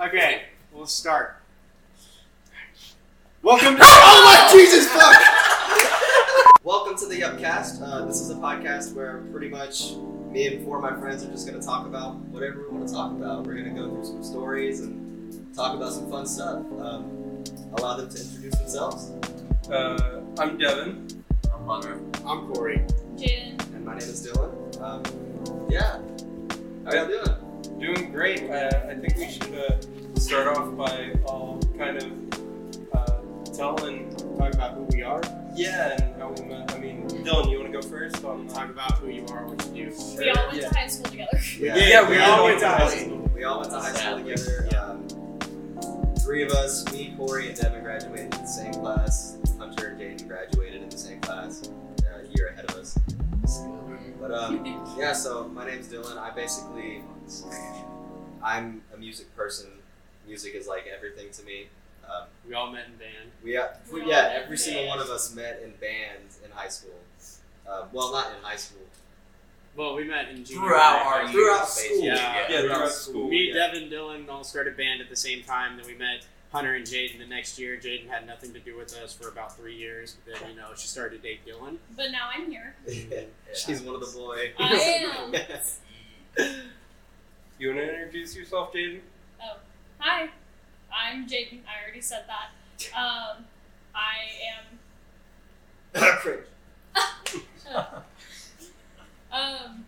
Okay, we'll start. Welcome. oh my Jesus fuck! Welcome to the Upcast. Uh, this is a podcast where pretty much me and four of my friends are just going to talk about whatever we want to talk about. We're going to go through some stories and talk about some fun stuff. Um, allow them to introduce themselves. Uh, I'm Devin. I'm Hunter. I'm Corey. Jaden. And my name is Dylan. Um, yeah. How y'all doing? Doing great. Uh, I think we should uh, start off by all kind of uh, telling, Talk about who we are. yeah, and how we met. I mean, Dylan, you want to go first on uh, Talk about who you are, what you do. Uh, We all went to high school together. Yeah, yeah, we all went to high We- school. We all went to high school Sadly. together. Um, three of us, me, Corey, and Devin graduated in the same class. Hunter and Jaden graduated in the same class, uh, a year ahead of us. But um, yeah, so my name's Dylan. I basically, I'm a music person. Music is like everything to me. Um, We all met in band. we, uh, we yeah, every single one of us met in bands in high school. Uh, well, not in high school. Well, we met in junior Throughout high. our years, Throughout basically. school. Yeah. Yeah, throughout school. Me, yeah. Devin, Dylan all started band at the same time. Then we met Hunter and Jaden the next year. Jaden had nothing to do with us for about three years. But then, you know, she started to date Dylan. But now I'm here. She's one of the boy. I am. You want to introduce yourself, Jaden? Hi, I'm Jaden. I already said that. Um, I am. Um,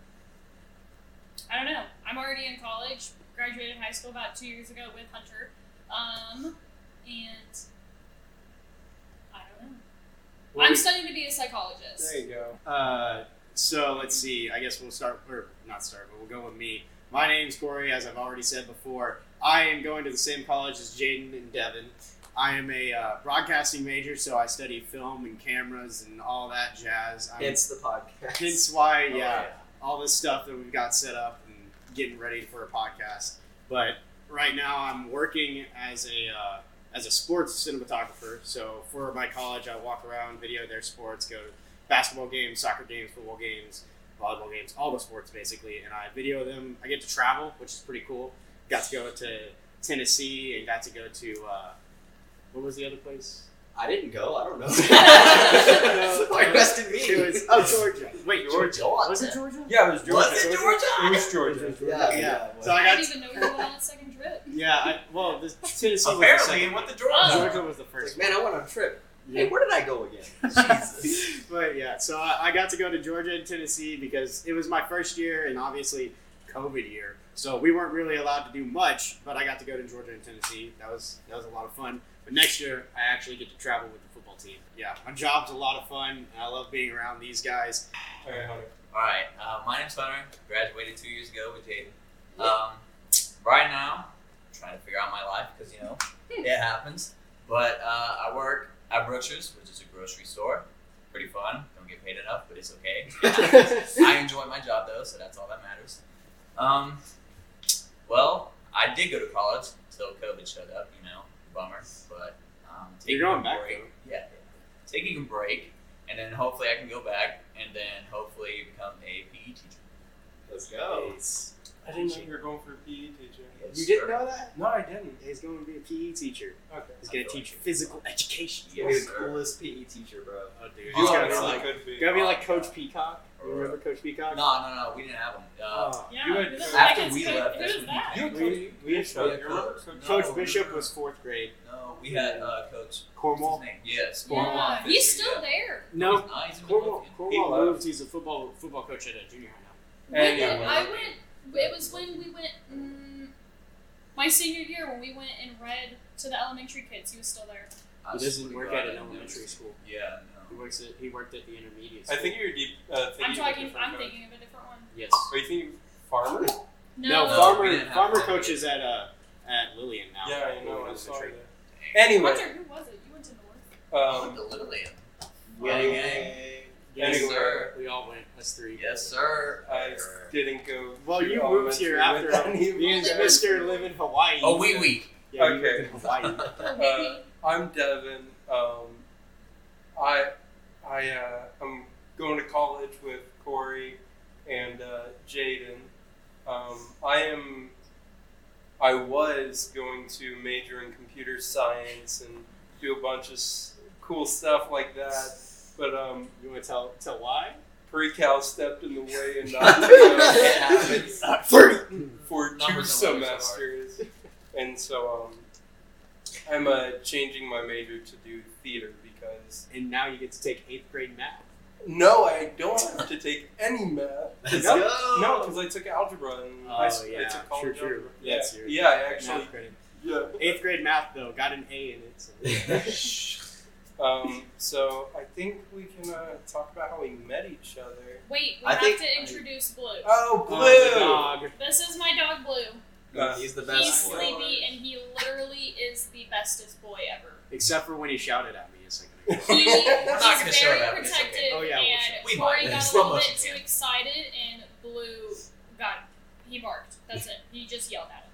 I don't know. I'm already in college. Graduated high school about two years ago with Hunter. Um, and I don't know. Well, I'm we- studying to be a psychologist. There you go. Uh, so let's see. I guess we'll start, or not start, but we'll go with me. My name's Corey, as I've already said before. I am going to the same college as Jaden and Devin. I am a uh, broadcasting major, so I study film and cameras and all that jazz. I'm, Hence the podcast. hence why, Oh, yeah, all this stuff that we've got set up and getting ready for a podcast. But right now, I'm working as a uh, as a sports cinematographer. So for my college, I walk around, video their sports, go to basketball games, soccer games, football games, volleyball games, all the sports basically, and I video them. I get to travel, which is pretty cool. Got to go to Tennessee and got to go to uh, what was the other place? I didn't go. I don't know. No. Why you asking me? It was oh Georgia. Wait, Georgia. Was it Georgia. Georgia? Yeah, it was Georgia. Was it It was Georgia. Yeah, Yeah. yeah. So I I got didn't even know you were on that second trip. Yeah, I, well, this Tennessee was the Apparently, second. it went to Oh. Georgia. Georgia was the first. Like, man, I went on a trip. Yeah. Hey, where did I go again? but yeah, so I, I got to go to Georgia and Tennessee because it was my first year and obviously COVID year, so we weren't really allowed to do much. But I got to go to Georgia and Tennessee. That was that was a lot of fun. But next year, I actually get to travel with the football team. Yeah, my job's a lot of fun. and I love being around these guys. Okay, Hunter. All right. Uh, my name's Hunter. Graduated two years ago with Jaden. Um, right now, I'm trying to figure out my life because you know it happens. But uh, I work at Brookshire's, which is a grocery store. Pretty fun. Don't get paid enough, but it's okay. I enjoy my job though, so that's all that matters. Um, well, I did go to college until COVID showed up. You know, bummer. But um, taking You're going a back, break, yeah, taking a break, and then hopefully I can go back, and then hopefully become a PE teacher. Let's go. I didn't know you were going for a PE teacher. Yes, You didn't sir. know that? No, I didn't. He's going to be a PE teacher. Okay. He's going I to feel teach like- physical education. You're gonna be Yes, the sir. coolest PE teacher, bro. Oh, dude. Oh, He's gonna it's be really like, could be. gonna be like Coach Peacock. You remember Coach No, Peacock? no, no. We didn't have them. Uh, Oh. Yeah, You went- who the heck after is we Coach- left, who that's is when that? You We- we had we had you remember? Coach- Coach- Coach No. Bishop was fourth grade. no, we had uh, Coach. Cornwall. What's his name? Yes, Cornwall. Yeah, Fisher, he's still yeah. there. No, He's nice. Cornwall. He Cornwall left. moved. He's a football football coach at a junior high now. Anyway. I went. It was when we went mm, my senior year when we went and read to the elementary kids. He was still there. I He doesn't swear work to at God, an I elementary noticed. school. Yeah, He no. works at he worked at the intermediate. I School. think you're deep. Uh, thinking I'm of talking. different I'm coach. thinking of a different one. yes. Are you thinking farmer? No, No, we farmer didn't have farmer that. coach is at uh at Lillian now. Yeah, I Lillian know. I saw Elementary. that. Hunter, Anyway, who was it? You went to North. Um, um, the Lillian. Yeah, Gang, yeah. gang. Yes, Anyway. sir. We all went. Us three. Yes, sir. I didn't go. Well, through you moved here elementary after with any of me and them. Mister live in Hawaii. Oh, wee wee. Yeah, we Okay. lived in Hawaii. Uh, I'm Devin. Um, I I uh, I'm going to college with Corey and uh, Jaden. Um, I am I was going to major in computer science and do a bunch of s- cool stuff like that, but um, You want to tell tell why? pre-cal stepped in the way and knocked me out. It happens. Thirty. for Numbers two and letters are hard. semesters. and so um, I'm uh, changing my major to do theater because And now you get to take eighth grade math. no, I don't have to take any math. Let's no, go. because I took algebra and Oh, I, s- I yeah. took True, college true. algebra. Yeah, That's your- yeah, I actually, Math credit. yeah. Eighth grade math though got an A in it. So. Um, so I think we can uh, talk about how we met each other. Wait, we I have think- to introduce Blue. Oh, Oh, blue. the dog. This is my dog Blue. Uh, He's the He's best boy. sleepy and he literally is the bestest boy ever. Except for when he shouted at me a second ago. He We're was not gonna show very that, but it's okay. protective Oh, yeah, we'll and We Corey might. got a Slow little motion bit too cam. excited and Blue got him. He barked. That's it. He just yelled at him.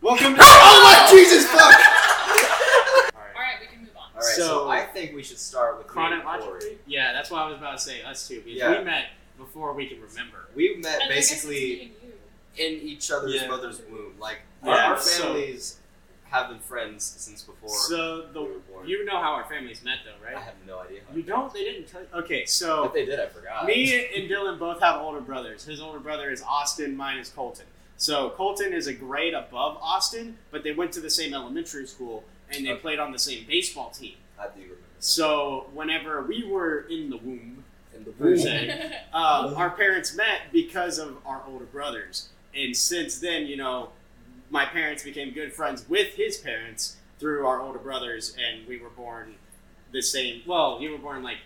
Welcome to. Oh my Jesus fuck! All right. All right, we can move on. All right, so, So- I think we should start with me and Corey. Chronologically, yeah, that's what I was about to say. Us two, because Yeah. we met before we can remember. We And I met guess it's basically me and you. in each other's Yeah. mother's womb. Like Yeah, our, our so- families have been friends since before So we were the born. you know how our families met though, I right? have no idea. How You don't. They didn't tell. Okay, Oh, If so they did, I forgot. me and Dylan both have older brothers. His older brother is Austin. Mine is Colton. So Colton is a grade above Austin, but they went to the same elementary school and they Okay. played on the same baseball team. I do remember. So whenever we were in the womb, In the per womb. se, Oh. um, our parents met because of our older brothers. And since then, you know, my parents became good friends with his parents through our older brothers, and we were born the same. Well, you were born like,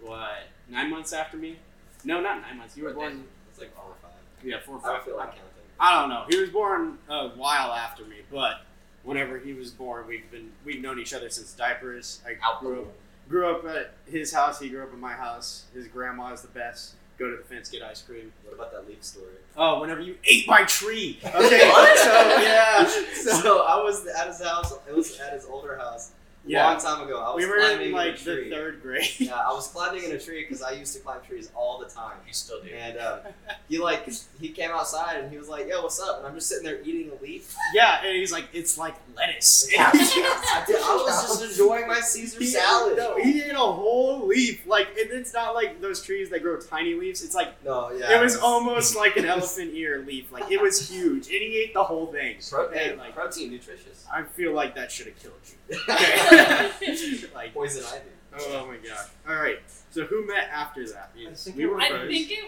what, nine months after me? No, not nine months. You were born, It's like four or five. yeah, four or I five. don't feel like I I'm can't- counting. I don't know. He was born a while after me, but whenever he was born, we've been we've known each other since diapers. I Out the grew up grew up at his house. He grew up at my house. His grandma is the best. Go to the fence, get ice cream. What about that leaf story? Oh, whenever you ate my tree. Okay, What? so yeah, So I was at his house. It was at his older house. yeah. Long time ago. I was We were climbing in like a the tree. third grade. Yeah, I was climbing in a tree because I used to climb trees all the time. You still do. And uh, he like he came outside and he was like, "Yo, what's up?" And I'm just sitting there eating a leaf. yeah, and he's like, it's like lettuce. I, did- I was just enjoying my Caesar He- salad. No, he ate a whole leaf. Like, and it's not like those trees that grow tiny leaves. It's like No, yeah, it was almost like an elephant ear leaf. Like it was huge, and he ate the whole thing. Hey, And, like, protein, nutritious. I feel like that should have killed you. Like, Poison ivy. oh my god. All right. So who met after that? I think we were I friends. think it.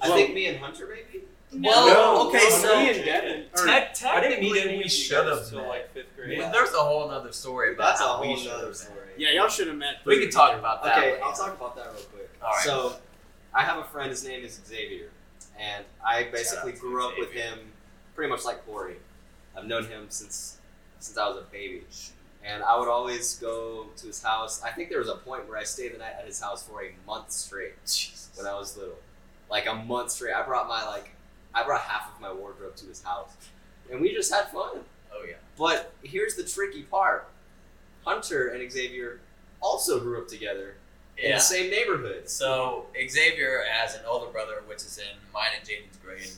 I think me and Hunter maybe. No. Well, okay, so me and Devin. or- Tech, I didn't meet technically, any of we you should guys have till met. like fifth grade. Yeah. There's a whole other story about That's a how whole we should have nother met. story. yeah, y'all should have met. We through- can talk about that. Okay, later. I'll talk about that real quick. All right. So, I have a friend. His name is Xavier, and I basically out to grew up with Xavier. him, pretty much like Corey. I've known him since since I was a baby, and I would always go to his house. I think there was a point where I stayed the night at his house for a month straight when I was little, like a month straight. I brought my like, I brought half of my wardrobe to his house, and we just had fun. Oh yeah. But here's the tricky part: Hunter and Xavier also grew up together in Yeah. the same neighborhoods. So Xavier has an older brother, which is in mine and Jaden's grade.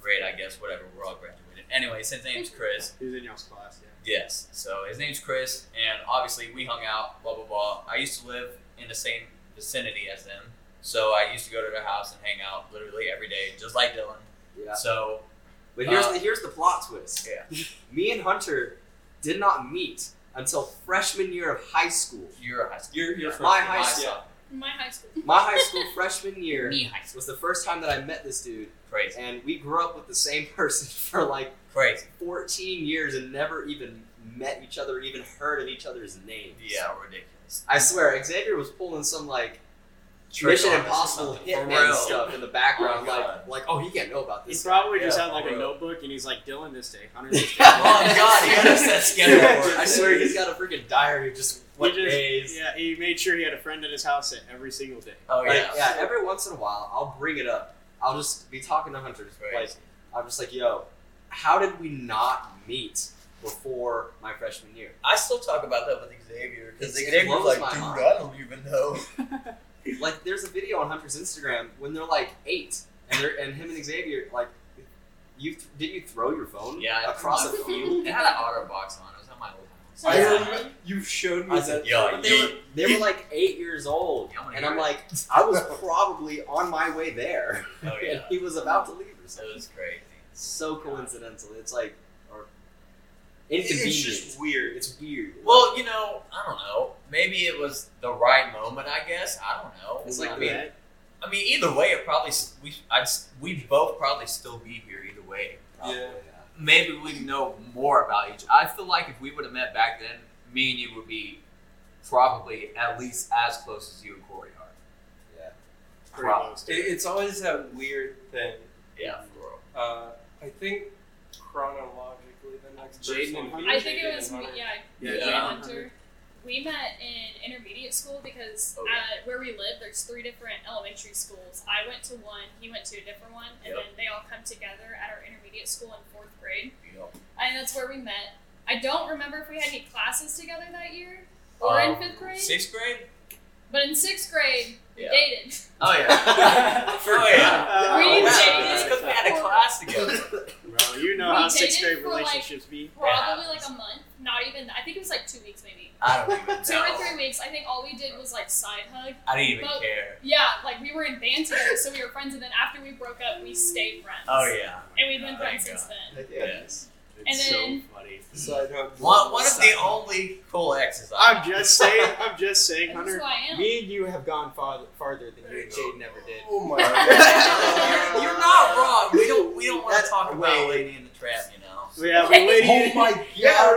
Grade, I guess, whatever. We're all graduated. Anyway, his name's Chris. He was in y'all's class. Yeah. Yes. So his name's Chris, and obviously we hung out, blah blah blah. I used to live in the same vicinity as them, so I used to go to their house and hang out literally every day, just like Dylan. Yeah. So But here's Uh, the here's the plot twist. yeah. Me and Hunter did not meet until freshman year of high school. you're a high school. You're, you're My from high My school. son. My high school. My high school freshman year Me high school. was the first time that I met this dude, Crazy. and we grew up with the same person for like Crazy. 14 years and never even met each other, even heard of each other's names. Yeah, ridiculous. I swear, Xavier was pulling some like Trick Mission on us or Impossible something. For hitman real. stuff in the background, Oh my like like oh he can't know about He this. probably just Yeah, had like a bro. notebook, and he's like, "Dylan, this day, Hunter, this day." Oh God, he had us that schedule. I swear he's got a freaking diary of just what just- days. yeah, he made sure he had a friend at his house at every single day. Oh Like, yeah. yeah, every once in a while, I'll bring it up. I'll just be talking to Hunter. Just like, Crazy. I'm just like, yo, how did we not meet before my freshman year? I still talk about that with Xavier because It- it Xavier's blows like, my dude, mind." I don't even know. Like, there's a video on Hunter's Instagram when they're like eight, and they're and him and Xavier like, You th- did you throw your phone? Yeah, I- across a field. It had an auto box on. It was on my old house. I Yeah. remember you showed me I that. said, "Yeah, but they were yeet." they were like eight years old, Yeah, I'm gonna and hear I'm it. like, I was probably on my way there, Oh yeah, and he was about to leave or it something. was crazy. so coincidental. It's like, or It's inconvenient. just weird. It's weird. Well, you know, I don't know. Maybe it was the right moment. I guess I don't know. It's I like mean, the I mean, either way, it probably s- we I'd, s- we'd both probably still be here either way. Yeah. Maybe we'd know more about each. I feel like if we would have met back then, me and you would be probably at least as close as you and Corey are. Pretty Wow. close It, to it. it's always that weird thing. Yeah, for real. Uh, I think chronologically, the next Jaden person and would be Hunter? I think it Jaden was and me. Hunter. Yeah, Yeah, me and yeah. Hunter. We met in intermediate school because Oh, uh, where we live, there's three different elementary schools. I went to one, he went to a different one, and Yep. then they all come together at our intermediate school in fourth grade, You know, and that's where we met. I don't remember if we had any classes together that year or in Um, fifth grade, sixth grade. but in sixth grade we Yeah. dated. Oh yeah. oh yeah. Uh, We oh, didn't yeah. dated. because we had a class together. Bro, you know We how sixth dated grade for, like, relationships be. Probably like happens. a month, not even. I think it was like two weeks, maybe I don't even know. two or three weeks. I think all we did was like side hug. I didn't even But- care. Yeah, like we were in band together, so we were friends, and then after we broke up, we stayed friends. Oh yeah. And we've been Thank friends God. since then. yeah. Yes. It's And then- so funny. Side note. One, one of the only cool exes I I'm just saying. I'm just saying, That's who Hunter. I am. Me and you have gone farther, farther than you and Jaden ever did. Oh my You're- god. You're not wrong. We don't. We don't want That's- to talk wait. about Lady in the Trap. You know. Yeah, we lady. Oh my god!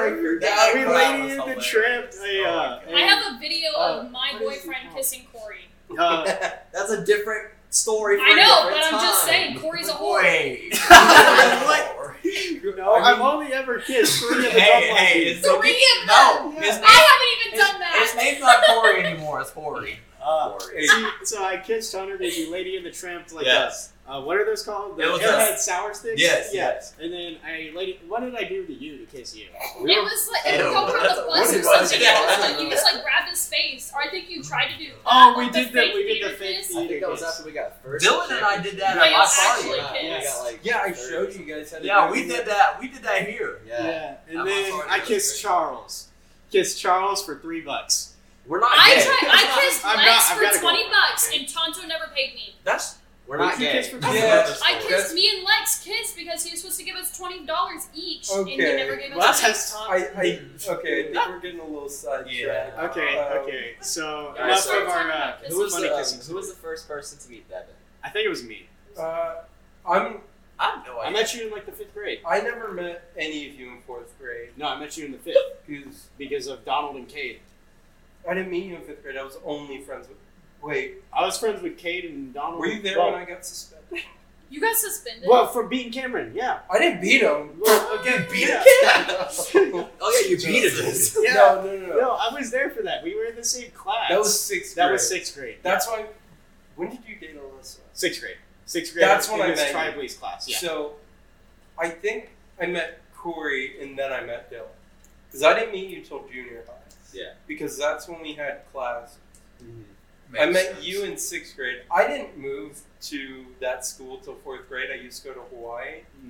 I heard that. That we crowd lady was in the hilarious. trip. Oh They, uh, my I have a video Uh, of my what is he boyfriend called? kissing Corey. uh, That's a different story. For I a know, but different I'm just time. saying, Corey's a whore. Wait. What? no, I I've mean- only ever kissed three hey, of the dumb hey, monkeys. it's Three of no. them! His name. I haven't even His, done that. his name's not Corey anymore. It's Corey. Uh, Corey. see, so I kissed Hunter because you lady in the tramp like Yes. uh, uh, what are those called? The It was head sour sticks. Yes, Yeah. yes. And then I lady, what did I do to you to kiss you? It was like it Ew, was over on that's the a- bus what or is that? something. Yeah, It was I like don't you know. just like grabbed his face, or I think you tried to do. that, Oh, we like, did the that- fake we did the theater fake kiss. I think that was after we got first. Dylan and I did that Wait, at my it's actually party. Yeah, kids. we got like Yeah, I third. showed you guys how to Yeah, do we it. did that. We did that here. Yeah. And I'm then sorry, I that's kissed great. Charles. Kissed Charles for three bucks. we're not I gay. tried. I kissed I've got- Lex I've got for to go twenty on that bucks, date. and Tonto never paid me. That's We're What not did you gay. kiss for Yeah. that's Oh, I another story. kissed me and Lex kissed because he was supposed to give us twenty dollars each, and he Okay. never gave us. Well, any. that's I, I okay. I think we're getting a little sidetracked. Yeah. Okay, Oh. Um, okay. So Yeah, enough so- of our uh, Who Who was, funny the, um, kissing. who was the first person to meet Devin? I think it was me. Uh, I'm. I have no I idea. met you in like the fifth grade. I never met any of you in fourth grade No, I met you in the fifth because because of Donald and Cade. I didn't meet you in fifth grade. I was only friends with. Wait, I was friends with Cade and Donald. were you there well, when I got suspended? You got suspended. Well, for beating Cameron, yeah. I didn't beat him. Well, again, beat yeah. Oh yeah, you beat Jesus. it. Yeah. No, no, no, no. No, I was there for that. We were in the same class. that was sixth. that grade. was sixth grade. That's why. When did you date Alyssa? Sixth grade. Sixth grade. That's in when I this met you. Tri Blaze class. Yeah. So, I think I met Corey and then I met Dylan because I didn't meet you till junior high. Yeah. Because that's when we had class Mm-hmm. I Makes met sense. you in sixth grade. I didn't move to that school till fourth grade. I used to go to Hawaii. Mhm.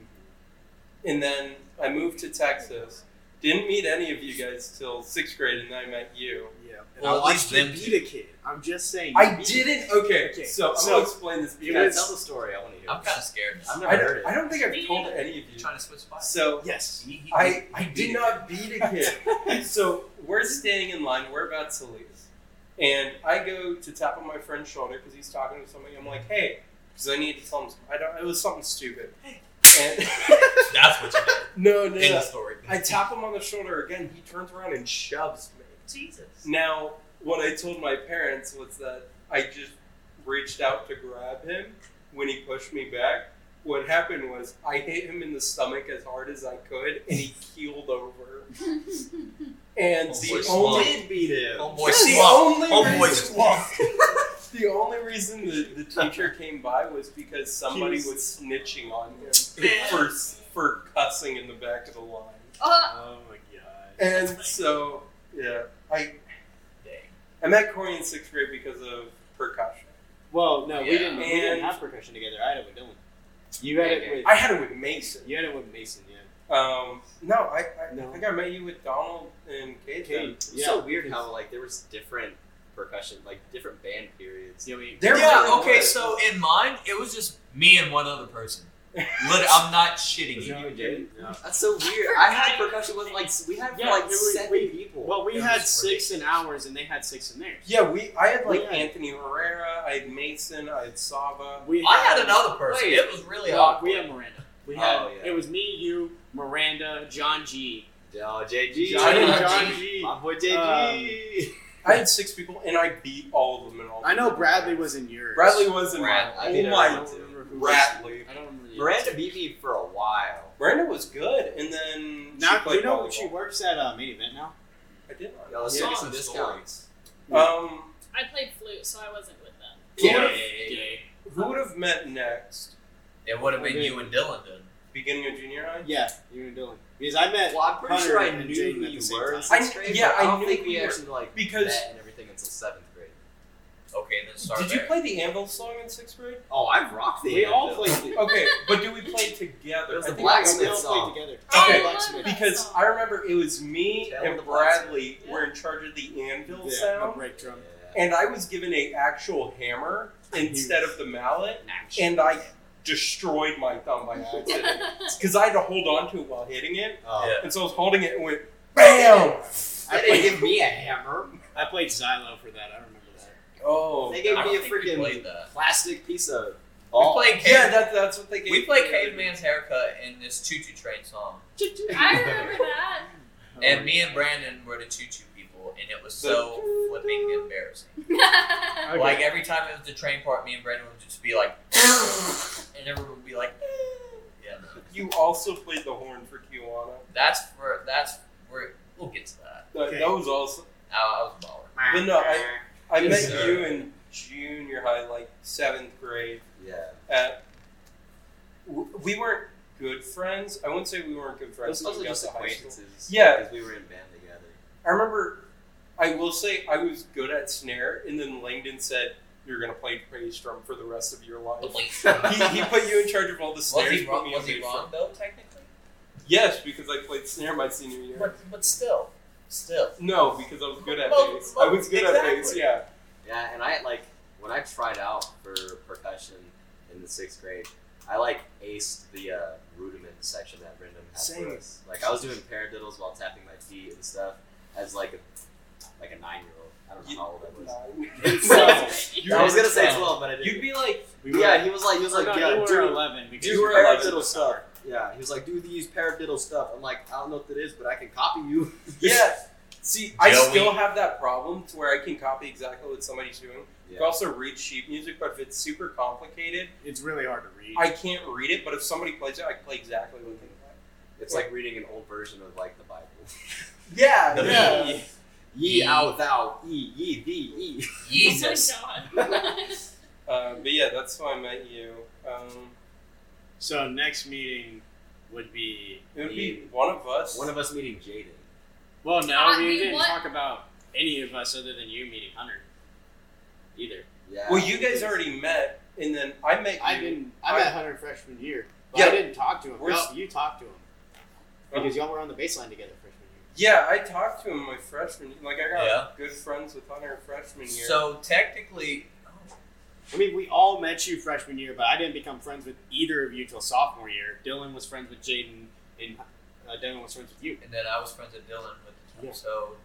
And then I moved to Texas. Didn't meet any of you guys till sixth grade, and then I met you. Yeah. And Well, I at least watched you them beat a kid. I'm just saying. I you beat- didn't. Okay, Okay, so I'm so gonna explain this. it Because Yeah, was- tell the story. I want to hear. I'm it. kind of scared. I've never I, heard don't, it. I don't think I've Me told neither. any of You're you. trying to switch spots. So Yes. He- he- I, I he beat did it. not beat a kid. so we're standing in line. We're about to leave. And I go to tap on my friend's shoulder because he's talking to somebody. I'm like, hey, because I need to tell him something. I don't, it was something stupid. And, That's what you did no, in the no. story. I tap him on the shoulder again. He turns around and shoves me. Jesus. Now, what I told my parents was that I just reached out to grab him when he pushed me back. What happened was I hit him in the stomach as hard as I could, and he keeled over. And Oh, the boy, only swung. did beat him. Homeboy the swung. only Homeboy reason- swung. the only reason the, the teacher came by was because somebody He was, was- snitching on him Man. for for cussing in the back of the line. Uh, Oh my god. And funny. so, yeah, I Dang. I met Corey in sixth grade because of percussion. Well, no, we Yeah. didn't. we And- didn't have percussion together. I had it with Dylan. You had Yeah, it yeah. with I had it with Mason. you had it with Mason, yeah. Um, no, I, I No. think I met you with Donald and Kate. then. Kate, It's yeah. so weird how like there was different percussion, like different band periods. Yeah, we- There yeah. really okay. was. So in mine, it was just me and one other person. Lit- I'm not shitting Was you. it you and Jay? No. That's so weird. I had percussion with like s- we had Yeah, like we were- seven we- people. Well, we It had was six in ridiculous. ours, and they had six in theirs. Yeah, we. I had like Yeah. Anthony Herrera. I had Mason. I had Saba. We I had another person. Wait. it was really no, awkward. We had Miranda. We had Oh, yeah. it was me, you, Miranda, John G, oh, JG, John, G. John G. my boy JG. I had six people, and I beat all of them in all. I know three Bradley rounds. was in yours. Bradley was in Brad- I my. beat Oh I my. everyone. don't remember who was- Bradley. I don't remember. the Miranda other beat me for a while. Brandon was good, and then two. she Now played you know volleyball. she works at uh, main event now. I did. Y'all Yeah, yeah, it's some a discounts. Um, I played flute, so I wasn't with them. Yeah. Yeah. who would have met next? It would have been you and Dylan then. Beginning of junior high. Yeah, you and Dylan. Because I met Well, I'm pretty Hunter sure I and knew Jaden who at the you same were. time. in sixth I- grade, yeah, but I I don't knew think who we you were. actually like Because- met and everything until seventh grade. Okay, then start Did you there. play the Anvil song in sixth grade? Oh, I've rocked the we anthem. all played. together. Okay, but do we play together? It was I the think- Blacksmith we all song. played together. Okay, I love Blacksmith. that Because song. I remember it was me Tell the and Blacksmith. Bradley Yeah. were in charge of the anvil Yeah, my sound, break Oh, drum. Yeah. and I was given a actual hammer instead of the mallet, Action. and I destroyed my thumb by accident because I had to hold on to it while hitting it, Oh. Yeah. and so I was holding it and went bam. I They played- didn't give me a hammer. I played Xylo for that. I remember that. Oh, They gave I me a don't think we freaking played that. plastic piece of. We played Cave. yeah, that, that's what they gave. we played me. Caveman's haircut in this Choo Choo Train song, I remember that. and me and Brandon were the Choo Choo people, and it was so flipping embarrassing. Okay. Like every time it was the train part, me and Brandon would just be like, and everyone would be like, yeah. No. You also played the horn for Kiwana. That's for that's where we'll get to that. That, Okay. that was also. I, I was a baller. But no, I, I Yes, met sir. you in junior high, like seventh grade. Yeah. at w- we weren't good friends. I wouldn't say we weren't good It friends. was mostly until we got just to high school. acquaintances. Yeah. Because we were in band together. I remember. I will say I was good at snare, and then Langdon said you're gonna play bass drum for the rest of your life. he, he put you in charge of all the was snares. he put wrong? me on Was he bass wrong drum. though? Technically, Yes, because I played snare my senior year. but but still, still. No, because I was good at Well, bass. well, I was good at bass. exactly. Yeah. Yeah, and I like when I tried out for percussion in the sixth grade, I like aced the uh, rudiment section that Brendan had Same. for us. Like I was doing paradiddles while tapping my feet and stuff as like a like a nine year old. I don't know You- how old I was. Well, I was gonna say twelve. twelve, but I didn't. You'd be like, We were, yeah, he was like, he was like, no, yeah, you were do, 11 because do you were paradiddle 11. stuff. Yeah, he was like, do these paradiddle stuff. I'm like, I don't know what that is, but I can copy you. yeah. See, I Joey. still have that problem to where I can copy exactly what somebody's doing. You can Yeah. also read sheet music, but if it's super complicated, It's really hard to read. I can't read it. But if somebody plays it, I can play exactly what they play. It's like reading an old version of like the Bible. Yeah, The yeah. Bible. Ye Ye. out thou, ye ye thee ye. Jesus. Oh my god. Uh, but yeah, that's how I met you. Um, so next meeting would be it would be Me. one of us. One of us meeting Jaden. well. No, Uh, we we didn't want- talk about any of us other than you meeting Hunter. Either Yeah. well, you guys already met, and then I met you. I didn't. I, I- met Hunter freshman year, but Yeah. I didn't talk to him. We're Y'all- you talked to him because y'all were on the baseline together freshman year. Yeah, I talked to him my freshman. year. Like I got Yeah. good friends with Hunter freshman year. So technically, oh, I mean, we all met you freshman year, but I didn't become friends with either of you till sophomore year. Dylan was friends with Jaden, and uh, Dylan was friends with you. and then I was friends with Dylan with the Yeah. so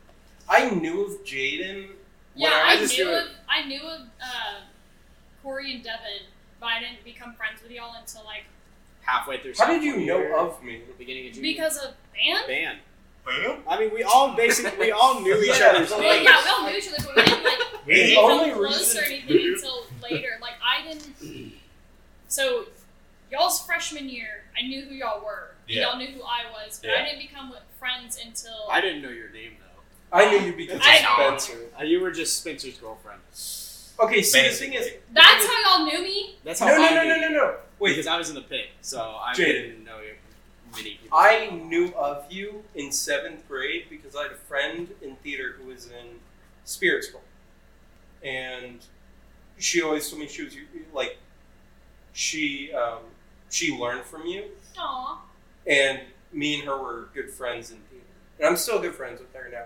I knew of Jaden. Yeah, when I I, was knew doing- of I knew of uh, Corey and Devin, but I didn't become friends with y'all until like Halfway through. How did sophomore you know year, of me? the beginning of junior? because of band. band. I mean, we all basically we all knew each Yeah. other's Well, Well, names. yeah, we all knew each other, but we didn't like The become only close reason- or anything until later. Like I didn't. So y'all's freshman year, I knew who y'all were. and Yeah. Y'all knew who I was, but Yeah. I didn't become with friends until I didn't know your name though. I knew you because I of know. Spencer. Uh, you were just Spencer's girlfriend. Okay, see the thing is, Basically. that's how y'all knew me. That's no, how. no, I no, knew no, you. no, no. Wait, because I was in the pit, so I Jaden. didn't know you- many people. I knew of you in seventh grade because I had a friend in theater who was in spirit school, and she always told me she was like she um, she learned from you. Aw. And me and her were good friends in theater. And I'm still good friends with her now.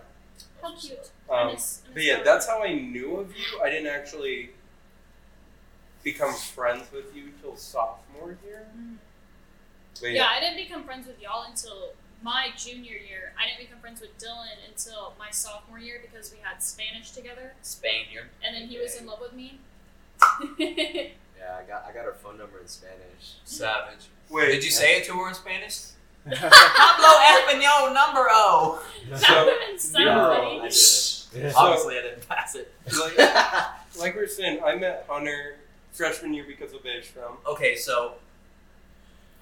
How cute. I Um, miss- I but miss yeah, her. that's how I knew of you. I didn't actually become friends with you till sophomore year. Mm. But Yeah, I didn't become friends with y'all until my junior year. I didn't become friends with Dylan until my sophomore year because we had Spanish together, Spain here. and then he was in love with me. Yeah, I got I got her phone number in Spanish. Savage. Wait, Did you say it to her in Spanish? that Espanol number O. would So- have been so No, funny. I didn't. Obviously, I didn't pass it. like, like we were saying, I met Hunter freshman year because of Beige Film. Okay, so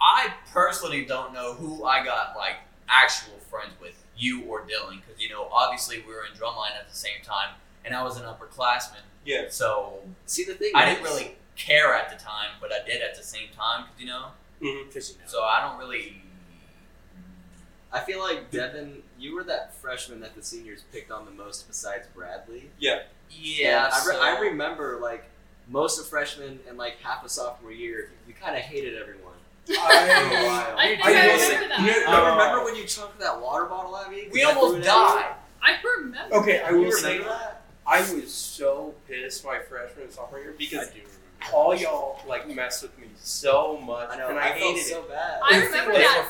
I personally don't know who I got like actual friends with, you or Dylan, because you know obviously we were in drumline at the same time, and I was an upperclassman, Yeah. so See the thing. I didn't is- really care at the time, but I did at the same time, 'cause, you know. hmm Because you know. So I don't really. I feel like Devin, you were that freshman that the seniors picked on the most besides Bradley. Yeah, And I, re- so- I remember like most of freshman and like half of sophomore year, you kind of hated everyone. For a I, while. I think I I, will remember say- that. you I know- remember when you chunked that water bottle at me. 'Cause Uh, we I threw almost it at died. I remember. okay, I You, you will remember say that? I was so pissed my freshman and sophomore year because I do remember. all y'all like messed with me so much, I know. and I, felt hated so bad. I remember They that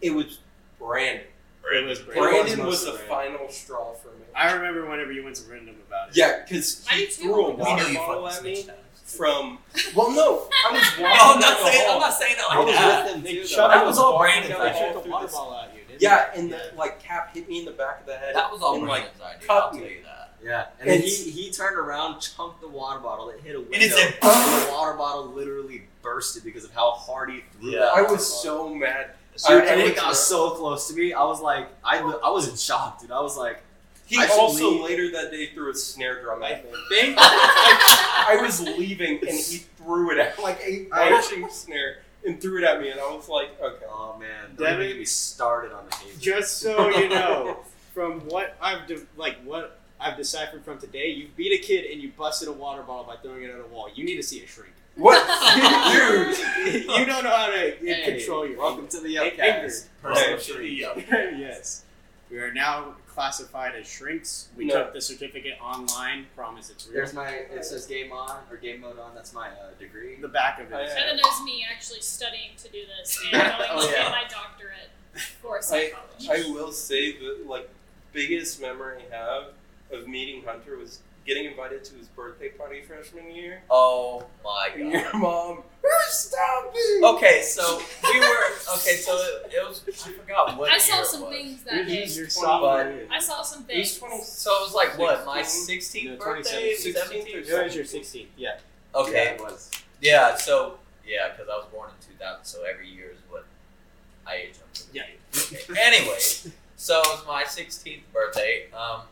it. It was Brandon. It was Brandon. Brandon It was mostly the Brandon. final straw for me. I remember whenever you went to Random about it. Yeah, because I he do too. threw a We We water knew you bottle fucking at me snitched on us. from. Well, no, I was walking No, Oh, down I'm not the saying. I'm hall. not saying that I like was that. with them They too. though. shoved- That was all walking Brandon's down They the idea. shook hall a through water this- ball at you, didn't Yeah, they? and the, like Cap hit me in the back of the head. That was all and, like, Brandon's idea. cut I'll tell me. you that. Yeah, and then he, It's- he turned around, chunked the water bottle, it hit a window, it said, and the water bottle literally bursted because of how hard he threw Yeah. that I water was bottle. so mad. Dude, I- I and looked it got around. so close to me. I was like, I, li- I was in shock, dude. I was like, He I should also leave. later that day threw a snare drum at me. Bing. I was leaving and he threw it at like a I- marching snare and threw it at me, and I was like, okay. oh Devin- man, don't even get me started on the hate. Just so you know, from what I've de- like what I've deciphered from today, you beat a kid and you busted a water bottle by throwing it at a wall. You need to see a shrink. What, dude? you don't know how to Hey, control your Welcome to the Hey, Upcast. Personal treat. anger. yes. We are now classified as shrinks. We No. took the certificate online. Promise it's real. There's my. It says game on or game mode on. That's my uh, degree. the back of it. I- And then there's me actually studying to do this and going Oh, to yeah. get my doctorate for psychology. I will say the like biggest memory I have of meeting Hunter was getting invited to his birthday party freshman year. Oh my And god. your mom, "Who's stopping?" Okay, so we were okay. So it, it was. I forgot what. I saw year it some was. things You're- that you're- day. you're But- sophomore year. I saw some It things. was 20, So it was like what my 16th No, birthday, 27th. 17th. It was your 16th. Yeah. Yeah, Okay, it was. yeah. So yeah, because I was born in 2000, so every year is what I age up. Yeah. Okay. anyway, so it was my 16th birthday. Um,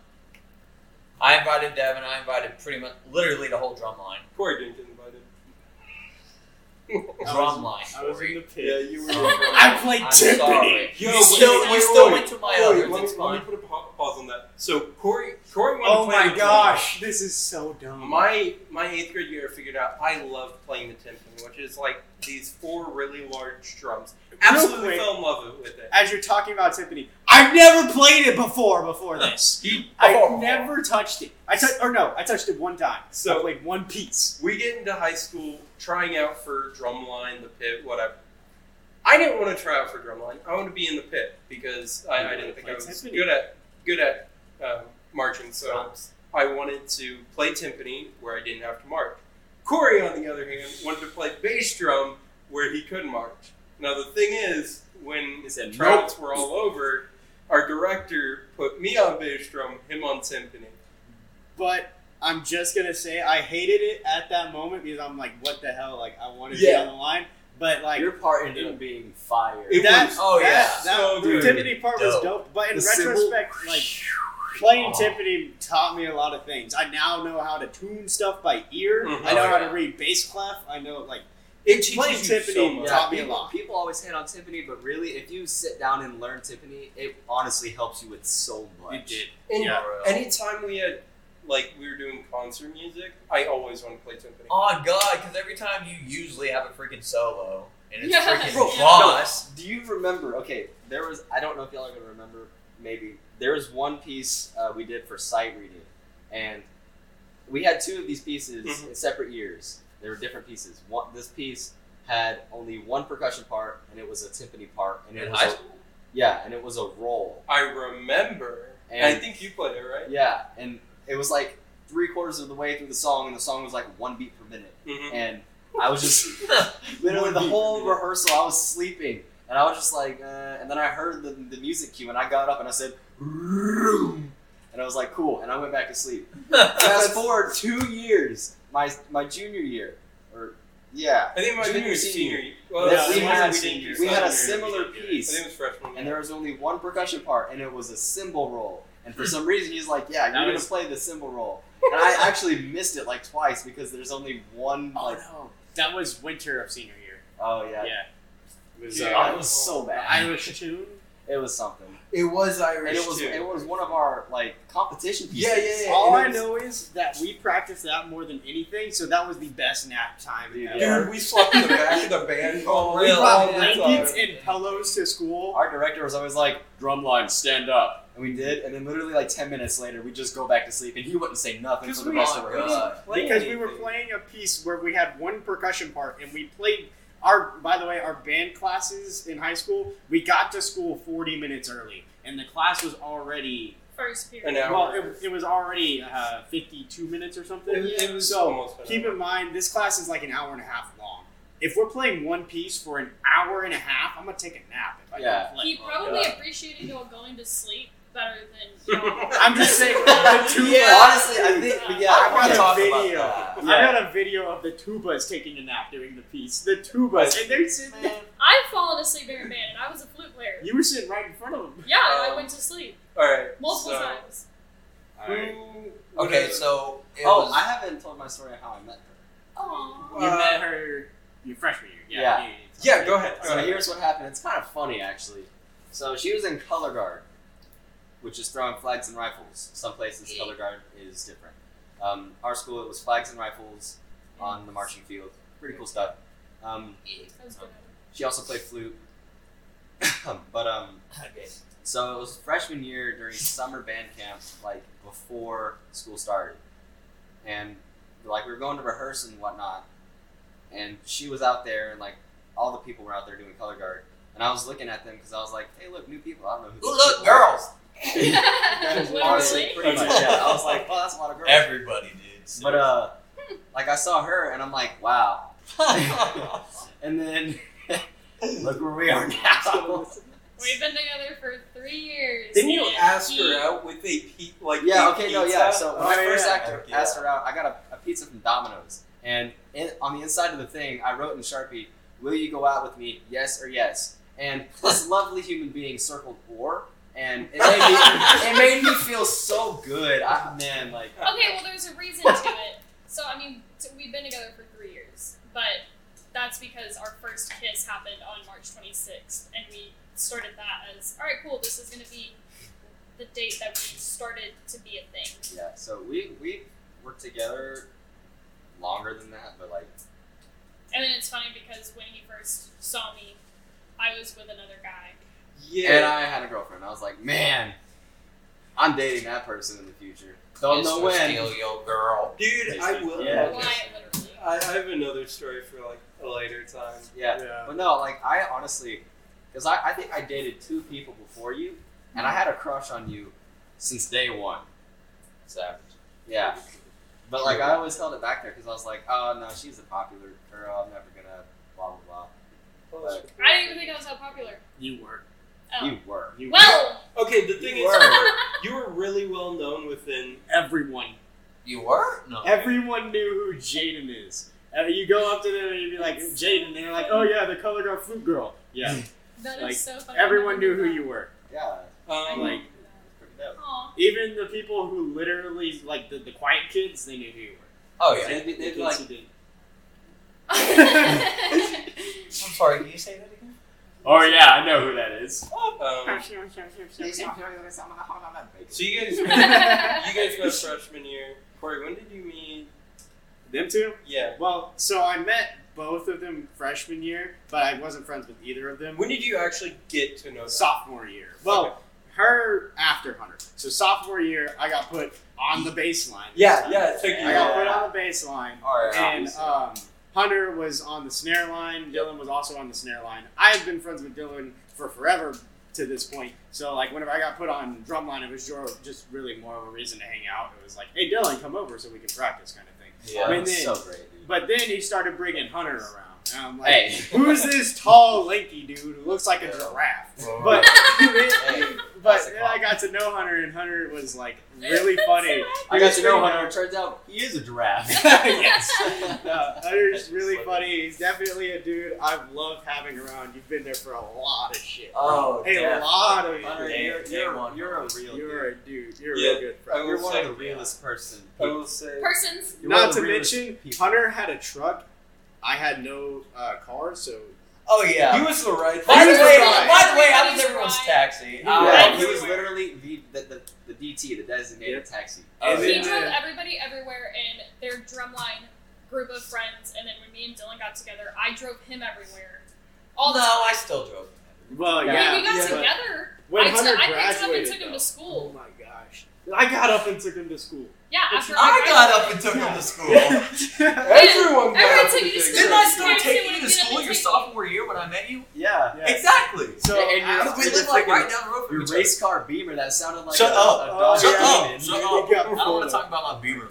I invited Devin. I invited pretty much literally the whole drum line. Corey didn't get invited. I was- Drum line. I was in Corey. the Yeah, pit. you were. I played I'm Tiffany. sorry. Yo, you still, wait, you wait, still wait. went to my Wait, others. let, me, It's let me fine. put a pa- pause on that. So Corey, Corey wanted Oh to play my the gosh, this is so dumb. drum. My my eighth grade year, I figured out I love playing the timpani, which is like these four really large drums. Absolutely Real quick, fell in love with it. as you're talking about Tiffany, I've never played it before. Before this, You- I Oh. never touched it. I touched, or no, I touched it one time. So- I played one piece. We get into high school trying out for drumline, the pit, whatever. I didn't want to try out for drumline. I wanted to be in the pit because I, I didn't think I was Timpani. good at good at um, marching. So I wanted to play timpani where I didn't have to march. Corey, on the other hand, wanted to play bass drum where he could march. Now the thing is, when He said, tryouts were all over, our director put me on bass drum, him on timpani. But I'm just gonna say I hated it at that moment because I'm like, what the hell? Like I wanted to Yeah. be on the line, but like Your part ended up being fire. It that, was oh, that- yeah. that so good. Tiffany part was Dope. dope. But in The cymbal- retrospect, like playing Oh. Tiffany taught me a lot of things. I now know how to tune stuff by ear. Mhm. I know Oh, how yeah. to read bass clef. I know like It teaches Playing you so timpani, much. yeah. Yeah, taught me a people, lot. people always hate on Tiffany, but really, if you sit down and learn Tiffany, it honestly helps you with so much. And Yeah. Anytime we had, like, we were doing concert music, I always want to play timpani. Oh god, because every time you usually have a freaking solo, and it's Yeah. freaking Bro, boss. Do you remember? Okay, there was. I don't know if y'all are gonna remember. Maybe there was one piece uh, we did for sight reading, and we had two of these pieces Mm-hmm. Mhm. in separate years. They were different pieces. One, this piece had only one percussion part, and it was a timpani part, and it In was high a, school, yeah, and it was a roll. I remember. And- I think you played it, right? Yeah, and it was like three quarters of the way through the song, and the song was like one beat per minute, Mm-hmm. and I was just Literally, One the beat whole per minute. rehearsal, I was sleeping, and I was just like, uh, and then I heard the, the music cue, and I got up and I said, "Room," and I was like, cool, and I went back to sleep. Fast forward two years, my my junior year, or yeah, I think my Junior, junior, senior. senior. Well, Yeah, that's we the had- one we didn't do we had a freshman year. similar I think it piece, was freshman. and year. there was only one percussion part, and it was a cymbal roll, and for some reason he's like, yeah, you're That gonna was- play the cymbal roll, and I actually missed it like twice because there's only one like, Oh, no, that was winter of senior year. oh yeah, It was, Yeah. uh, Oh, it was so the bad, Irish tune. it was something. It was And Irish it was it was one of our like competition pieces. Yeah, yeah, yeah. All and I it was- know is that we practiced that more than anything, so that was the best nap time Dude, ever. yeah. Dude, we slept in the back of the band hall. Oh, We Yeah. brought Yeah. blankets Yeah. and pillows to school. Our director was always like, "Drumline, stand up," and we did. And then literally like ten minutes later, we just go back to sleep, and he wouldn't say nothing for 'Cause the we- rest of oh, our God. because we were playing a piece where we had one percussion part and we played our by the way our band classes in high school we got to school 40 minutes early and the class was already First period. An hour. well it, it was already uh, 52 minutes or something It, it was so almost an keep hour. in mind this class is like an hour and a half long if we're playing one piece for an hour and a half i'm gonna take a nap if i Yeah. don't play He probably appreciated y'all going to sleep better than y'all. i'm just saying the two Yeah, honestly, I think but yeah, Oh, I've I want got to talk a about video. that. I got a video of the tubas taking a nap during the piece. The tubas, and they're sitting. there. I've fallen asleep during band, and I was a flute player. You were sitting right in front of them. Yeah, I Um, went to sleep All right. multiple so, times. Who? okay, whatever. so it Oh, was, I haven't told my story of how I met her. Aww. You Uh, met her your freshman year. Yeah. yeah. Yeah, go ahead. Go So ahead. here's what happened. It's kind of funny actually. So she was in color guard, which is throwing flags and rifles. Some places color guard is different. Um, our school it was flags and rifles on the marching field. Pretty cool stuff. Um, That was good. She also played flute. but um, okay. so it was freshman year during summer band camp, like before school started, and like we were going to rehearse and whatnot, and she was out there, and like all the people were out there doing color guard, and I was looking at them because I was like, hey, look, new people. I don't know who. Ooh, these look, people are." girls. Honestly, Literally. pretty much. Yeah, I was like, oh, that's a lot of girls. Everybody did. so- But uh, like I saw her, and I'm like, wow. and then look where we are now. We've been together for three years. Didn't you and ask he- her out with a pe- like yeah, a okay, no, pizza? yeah. So when I Oh, first yeah. actor, Yeah. asked her out, I got a, a pizza from Domino's, and in, on the inside of the thing, I wrote in Sharpie, "Will you go out with me? Yes or yes?" And this lovely human being circled "or," and it made me, it made me feel so good. I, man, like Okay, well, there's a reason to it. So, I mean, t- we've been together for three years, but that's because our first kiss happened on March 26th, and we started that as all right, cool, this is going to be the date that we started to be a thing. yeah. So we we were together longer than that, but like And then it's funny because when he first saw me, I was with another guy. yeah. And I had a girlfriend. I was like, man, I'm dating that person in the future. Don't Just know for when. Steal your girl. Dude, I will. Yeah. Why, literally. I, I have another story for like a later time. Yeah. But no, like I honestly, because I, I think I dated two people before you, and I had a crush on you since day one. Savage. Yeah. But like I always held it back there because I was like, oh no, she's a popular girl. I'm never gonna blah blah blah. I didn't even think I was that popular. You were. Oh. You were. You well, Okay, the thing You is, were. you were, you were really well known within. were. Everyone. You were? No. Everyone knew who Jaden is. Uh, you go up to them and you'd be like, Jaden. And they're like, oh yeah, the color girl, flute girl. Yeah. that is Like, so funny. Everyone knew who you were. Yeah. Um, Like- It's pretty dope. Aww. Even the people who literally, like the, the quiet kids, they knew who you were. Oh, yeah. They'd be, The they'd be kids like, who didn't. I'm sorry, can you say that again? Oh yeah, I know who that is. um, so you guys, you guys met freshman year. Corey, when did you meet? Them two? Yeah. Well, so I met both of them freshman year, but I wasn't friends with either of them. When did you actually get to know that? sophomore year. Well, her after Hunter. So sophomore year, I got put on the baseline. yeah, yeah, it took you. I got put on the baseline, All right. and um, Hunter was on the snare line. Dylan was also on the snare line. I have been friends with Dylan for forever to this point. So like whenever I got put on drumline, it was your- just really more of a reason to hang out. It was like, hey Dylan, come over so we can practice, kind of thing. Yeah, When that's they- so great, dude. But then he started bringing Hunter around, and I'm like, Hey, who's this tall, lanky dude who looks like a giraffe? But Hey, but classic then I Hawk. got to know Hunter, and Hunter was like really funny. I got to know Hunter. It turns out he is a giraffe. yes. No, Uh, Hunter's really Slip. funny. He's definitely a dude I've loved having around. You've been there for a lot of shit. Oh, a damn. lot of Hunter, shit. you're, one. You're a real You're a dude. You're a Yeah, real good I friend. will You're one say, Oh, of the realest person. I will say, Persons. You're one Not of to the realest mention, people. Hunter had a truck. I had no uh, car, so oh yeah. he was the right. by the was way, right. by the way, I He was was everyone's right. taxi. Uh, Oh, Yeah, I- he was literally the, the, the, the DT, the designated taxi. Oh, And He then- uh, yeah. drove everybody everywhere in their drumline group of friends, and then when me and Dylan got together, I drove him everywhere. All the no, time. I still drove. well, Yeah, yeah. when we got yeah, but together, when I, took- Hunter I picked him up and graduated, took him though- to oh school. my gosh, I got up and took him to school. Yeah, It's- after I got up graduated. and took him to school. Everyone got Everyone up took to you to do school. it. Didn't I still Parents take didn't you to wanna school take me. your sophomore year when I met you? Yeah. Yeah. Exactly. So And you're- after- Because we you're live like freaking- right down the road from Your each other. race car Beamer that sounded like Shut a, up. a Oh, Dodge Shut yeah. up. Demon. Shut You up. got I don't want photo. to talk about my beamer. Look,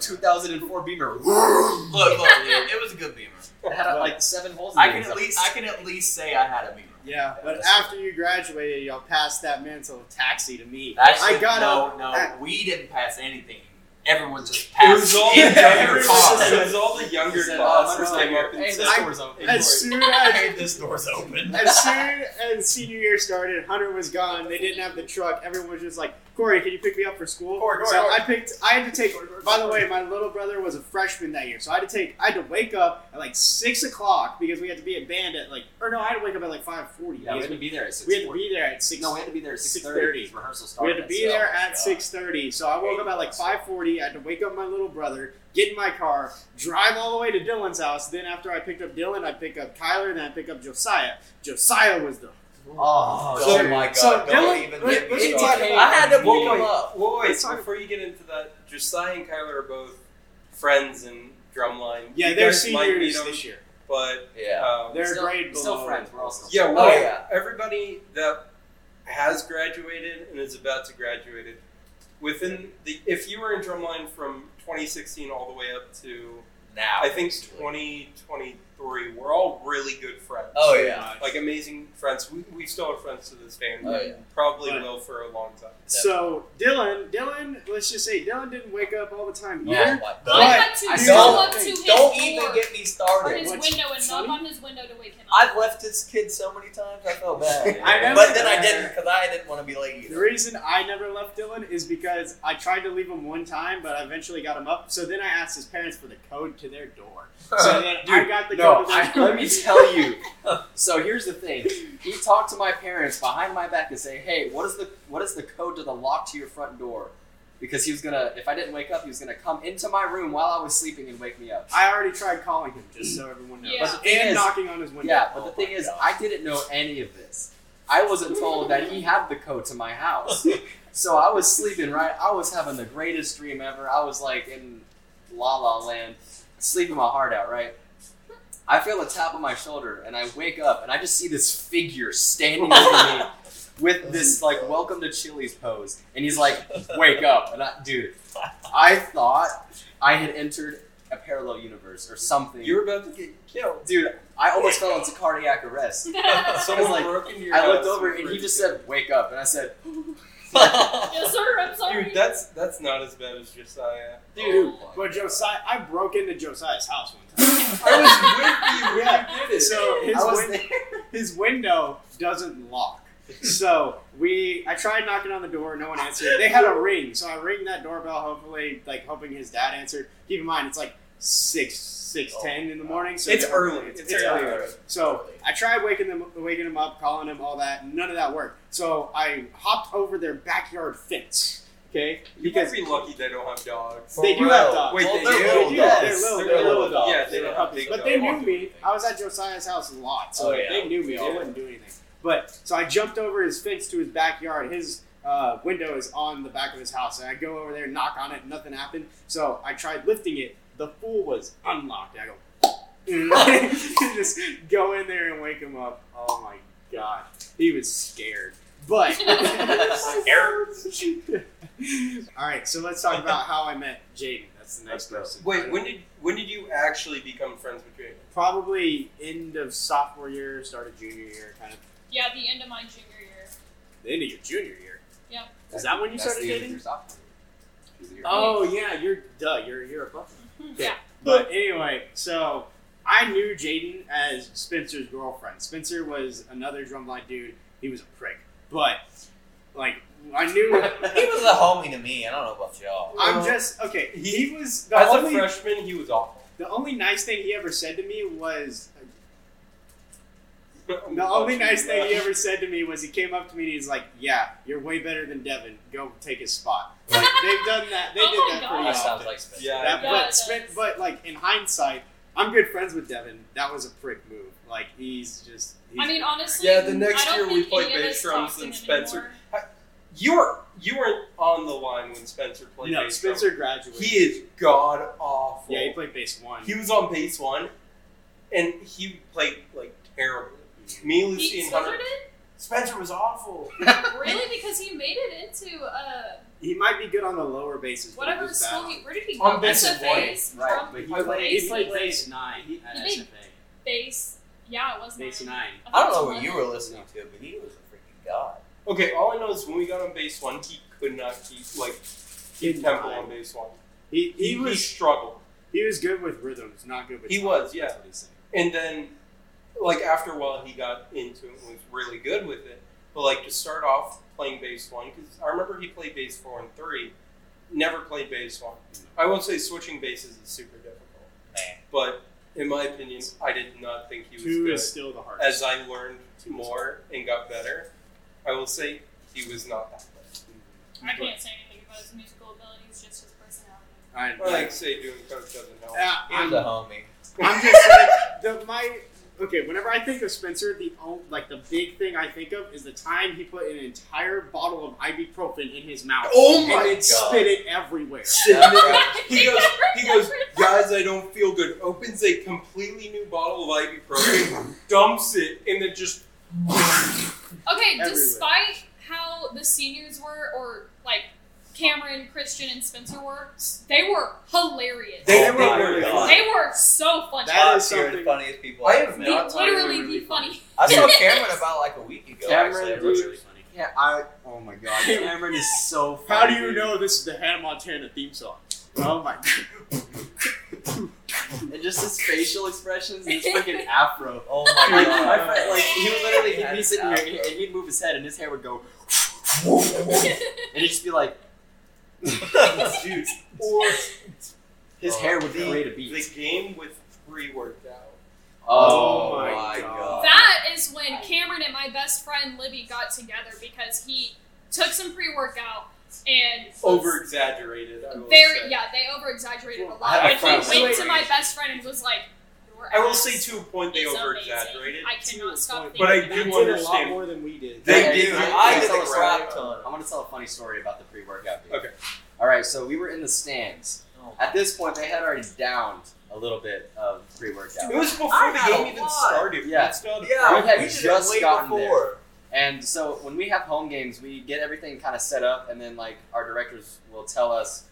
2004 Beamer. look, it, it was a good beamer. It had like "Ah, seven holes in I it. can at least I can at least say I had a beamer. Yeah, but that's- after you graduated, y'all passed that mantle of taxi to me. Actually, I got no, up. no, at- we didn't pass anything. Everyone just It passed was all the in younger your class. car. It was all the He younger said, class "Oh, that I'm came not up and Hey, said, this door's open. as soon I as hate this door's open. as soon as senior year started, Hunter was gone. They didn't have the truck. Everyone was just like, "Corey, can you pick me up for school?" Corey, Corey, so Corey. I picked. I had to take. Corey, Corey, by the way, my little brother was a freshman that year, so I had to take. I had to wake up at like six o'clock because we had to be at band at like. Or no, I had to wake up at like five forty. Yeah, we had to be there at six. we had to be there at six. No, we had to be there at six 6:30. thirty. Rehearsal We started. had to be at there Oh, at God. six thirty, so I woke up at like five forty. I had to wake up my little brother, get in my car, drive all the way to Dylan's house. Then after I picked up Dylan, I pick up Kyler, and then I pick up Josiah. Josiah was the Oh, So- my god! so don't Dylan- even let- get let's me talk started. about- I had to woke Wait, him up. Well, wait, Let's talk- before you get into that, Josiah and Kyler are both friends in drumline. yeah. you They're guys might meet seniors them, this year. but Yeah. um, They're still, grade Still below. friends. We're all still yeah. friends. Well, Oh, yeah. everybody that has graduated and is about to graduate within the if you were in drumline from 2016 all the way up to Now Oh, I think actually. 2023, we're all really good friends. Oh yeah. Like amazing friends. We, we still are friends to this day, and Oh, yeah. probably But- will for a long time. So Dylan, Dylan, let's just say Dylan didn't wake up all the time Oh, either. my I God. had to I go saw- up to his Don't door even get me or started. his What's- window and knock funny? on his window to wake him up. I've left this kid so many times. I felt bad. I never- But then I didn't because I didn't want to be late The either. reason I never left Dylan is because I tried to leave him one time, but I eventually got him up. So then I asked his parents for the code to their door. So then I Dude, got the No, code. I, to their let me tell you. So here's the thing. He talked to my parents behind my back and say, "Hey, what is the what is the code to the lock to your front door?" Because he was gonna, if I didn't wake up, he was gonna come into my room while I was sleeping and wake me up. I already tried calling him just so everyone knows. Yeah. But the thing and is- knocking on his window. Yeah, but the Oh thing my is, God. I didn't know any of this. I wasn't told that he had the code to my house. So I was sleeping, right? I was having the greatest dream ever. I was like in La La Land, sleeping my heart out, right? I feel a tap on my shoulder and I wake up and I just see this figure standing over me with this like welcome to Chili's pose. And he's like, wake up. And I, dude, I thought I had entered a parallel universe or something. You're about to get killed. Dude, I almost fell into cardiac arrest. Someone like, broke into your I looked house over and he raped just you. said, "Wake up!" And I said, yes, sir. I'm sorry. "Dude, that's that's not as bad as Josiah." Dude, Oh my but God. Josiah, I broke into Josiah's house one time. I was with you when Yeah. you did it. So his, "I was win- there." his window doesn't lock. So we, I tried knocking on the door, no one answered. They had a ring, so I ring that doorbell, hopefully, like hoping his dad answered. Keep in mind, it's like six, six ten in the morning. So Oh it's they- early. It's, early. early. So I tried waking them, waking him up, calling him, all that. None of that worked. So I hopped over their backyard fence Okay, You because guys be lucky they don't have dogs. they do For have real. dogs. Wait, Well, they they're do? little They do. dogs. They're little, They're they're little little dogs. Yeah, they they were don't puppies. have big But they dogs. knew me. I was at Josiah's house a lot, so Oh, yeah. they knew me. I Yeah. wouldn't do anything. But so I jumped over his fence to his backyard. His uh, window is on the back of his house, and I go over there, knock on it, nothing happened. So I tried lifting it. The fool was unlocked. And I go. just go in there and wake him up. Oh my god, he was scared. But all right, so let's talk about how I met Jaden. That's the next Let's go. person. Wait, when did when did you actually become friends with Jaden? probably end of sophomore year, start of junior year, kind of Yeah, the end of my junior year. the end of your junior year. Yeah. Is that when you That's started the end of dating? your sophomore year. She's a year Oh yeah, you're duh, you're you're a buffalo. Yeah. But anyway, so I knew Jaden as Spencer's girlfriend. Spencer was another drumline dude. He was a prick, but like I knew. He was a homie to me. I don't know about y'all. I'm just okay. He was the As a only freshman, he was awful. the only nice thing he ever said to me was The only nice thing he ever said to me was he came up to me and he's like, "Yeah, you're way better than Devin. Go take his spot." Like, they've done that. They Oh did my that God. pretty That often. sounds like Spencer. Yeah. That- Yeah, it but does. spent, but like in hindsight, I'm good friends with Devin. That was a prick move. Like he's just. He's I mean, honestly, Yeah, the next I don't year we think played any of bass us drums talked to and him Spencer- anymore. You were you weren't on the line when Spencer played. no, bass Spencer drum. graduated. He is god awful. yeah, he played bass one. He was on base one, and he played like terribly. Me, Lucy, He and discovered Hunter. it? Spencer was awful. Really? Because he made it into uh, He might be good on the lower basses. but he whatever was bad school on- he. Where did he go? On bass and SFA's? white, right, Drum, but he he played, he bass, played like, bass nine at He made- SFA. bass. Yeah, it was Bass mine. nine. I I thought don't know it was what you mine. were listening to, but he was a freaking god. Okay, all I know is when we got on base one, he could not keep like keep Kid tempo nine. on base one. He, he, He, he was struggled. he was good with rhythms, not good with. He time. was, yeah. That's what he's saying. And then, like after a while, he got into it and was really good with it. But like to start off playing bass one, because I remember he played bass four and three, never played bass one. I won't say switching basses is super difficult, Man. but in my opinion, I did not think he was Two good. is still the hardest. As I learned more and got better, I will say he was not that good. I can't say anything about his musical abilities, just his personality. I, Or like say doing coke doesn't help. uh, He I'm, was a homie. I'm just like the my okay. Whenever I think of Spencer, the o- like the big thing I think of is the time he put an entire bottle of ibuprofen in his mouth. Oh and my then God. spit it everywhere. he goes, he goes, Remember that? guys, I don't feel good. Opens a completely new bottle of ibuprofen, dumps it, and then just Okay, Everywhere. despite how the seniors were, or like Cameron, Christian, and Spencer were, they were hilarious. They Oh were my really God. They were so funny. That Top is tier something- funniest people I I've have met. they not literally really the funny. I saw Cameron about like a week ago. Cameron, actually. That was really funny. Yeah, I. Oh my god, Cameron is so. Funny, How do you dude. know this is the Hannah Montana theme song? Oh my! And just his facial expressions and his freaking afro. Oh my Like, my god. friend, like he would literally he'd be Yes, sitting here afro. and he'd move his head and his hair would go, Oh and Dude, he'd just be like, dude. Or his Oh, hair would the, create a the beat. game with pre worked out. Oh, Oh my my God. god. that is when Cameron and my best friend Libby got together because he took some pre-workout and was Over exaggerated. I will Very say. yeah, they over exaggerated a Well, lot. I But have he a went friend- to my best friend and was like, Your I will ass say to a point they is over amazing. exaggerated. I cannot stop But I They thinking do did about a understand. lot more than we did. They Yeah, did. yeah, yeah. I It's did all a crap right. ton. I want to tell a funny story about the pre-workout. Beat. Okay. All right, so we were in the stands. Oh. At this point, they had already downed a little bit of pre-workout, It was before I the had a game even lot. started. Yeah. It's not- Oh, Yeah, We had did just it way gotten before. and so when we have home games, we get everything kind of set up, and then like our directors will tell us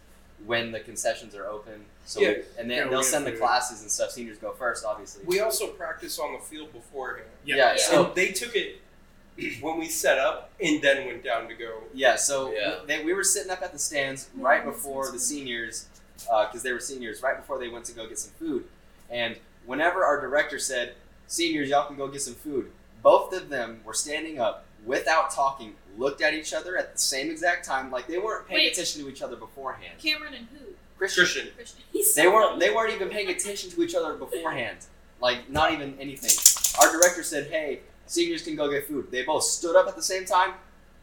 when the concessions are open. So we- Yeah. and Yeah, then we they'll get send the food. classes and stuff. Seniors go first, obviously. We also practiced on the field beforehand. yeah, Yeah. so And they took it when we set up and then went down to go. Yeah, so w- Yeah. They, we were sitting up at the stands Yeah, right that's before awesome. the seniors, because they were seniors, right before they went to go get some food. And whenever our director said, Seniors, y'all can go get some food, both of them were standing up without talking, looked at each other at the same exact time, like they weren't paying Wait. attention to each other beforehand. Cameron and who? Christian, Christian. Christian. He's they so weren't funny. they weren't even paying attention to each other beforehand, like not even anything. Our director said, "Hey, seniors can go get food." They both stood up at the same time,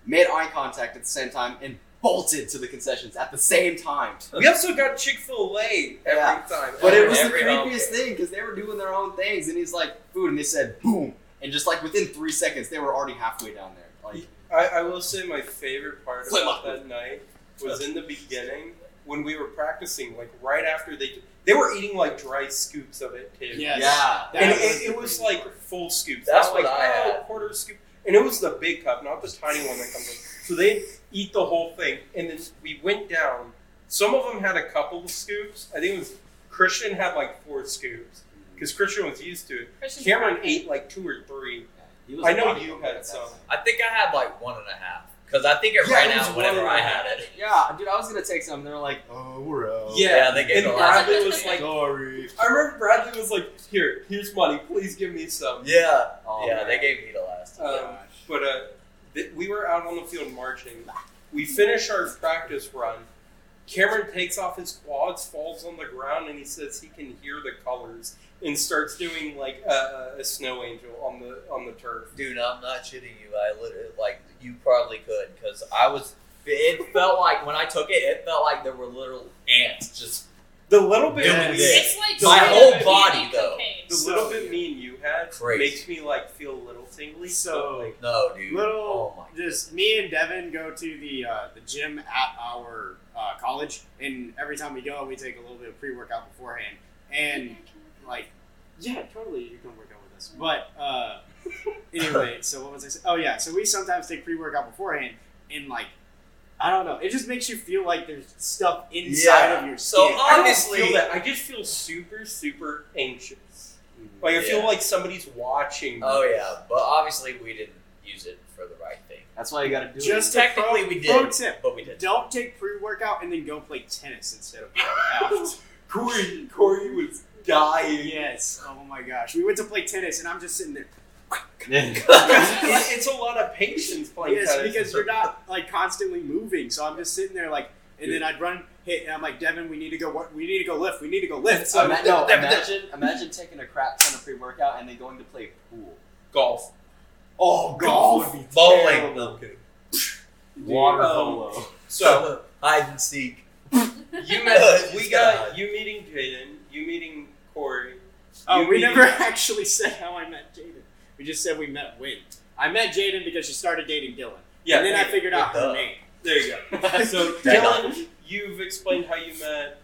made eye contact at the same time, and bolted to the concessions at the same time. We also got Chick Fil A every Yeah. time. But it Every- was the every home creepiest thing because they were doing their own things, and he's like, food, and they said, boom. And just like within three seconds, they were already halfway down there. Like, I, I will say my favorite part Flip about flop. that night was in the beginning when we were practicing, like right after they they were eating like dry scoops of it too. Yes. yeah. That and was it, the it was crazy like part. full scoops. That's not what like, I oh, had. quarter scoop, and it was the big cup, not the tiny one that comes in. So they eat the whole thing, and then we went down. Some of them had a couple of scoops. I think it was Christian had like four scoops because Christian was used to it. Christian's Cameron back. ate like two or three. He was I know walking you over had at that some. time. I think I had like one and a half because I think it Yeah, ran it was out whenever one and I a had half. it. Yeah, dude, I was gonna take some. They were like, "Oh, we're out." Yeah, they gave and it a lot. Bradley was like, sorry. I remember Bradley was like, "Here, here's money. Please give me some." Yeah, Oh, yeah, man. Oh, they gave me the last. time. Oh Um, but uh, th- we were out on the field marching. We finish our practice run. Cameron takes off his quads, falls on the ground, and he says he can hear the colors and starts doing like uh, a, a snow angel on the on the turf. Dude, I'm not shitting you. I literally like you probably could because I was. It felt like when I took it, it felt like there were little ants just. The little bit Yeah, we, yeah. It's like My straight whole up body, eating though. cocaine. the little bit me and you had Crazy. makes me like feel a little tingly. So- like, No, dude. Little, Oh my. just me and Devin go to the uh, the gym at our uh, college, and every time we go, we take a little bit of pre workout beforehand, and like, yeah, totally, you can work out with us. But uh, anyway, so what was I saying? Oh yeah, so we sometimes take pre workout beforehand, and like, I don't know, it just makes you feel like there's stuff inside Yeah. of your So uh, skin. I don't Obviously- feel that. I just feel super super anxious. Mhm. Like I Yeah. feel like somebody's watching. Oh yeah, but obviously we didn't use it for the right thing. That's why you gotta do Just a Technically, pro, we Pro did, tip: but we did. Don't take pre workout and then go play tennis instead of working out. Corey, Corey was dying. Yes. Oh my gosh. We went to play tennis, and I'm just sitting there. it. It- it's a lot of patience playing yes, tennis. because you're not like constantly moving. So I'm just sitting there like, and then I'd run, hit, and I'm like, Devin, we need to go. What? We need to go lift. We need to go lift. So Ima- no, imagine, imagine taking a crap ton of pre-workout and then going to play pool, golf, oh golf. would be Bowling. terrible. water Water polo. um, polo. So hide and seek. you met, He's we gonna got hide. you meeting Jaden, you meeting Corey. Oh, you we meeting- never actually said how I met Jaden. We just said we met when. I met Jaden because she started dating Dylan. Yeah, and then there, I figured out her Duh. name. there you go. So That- Dylan, you've explained how you met.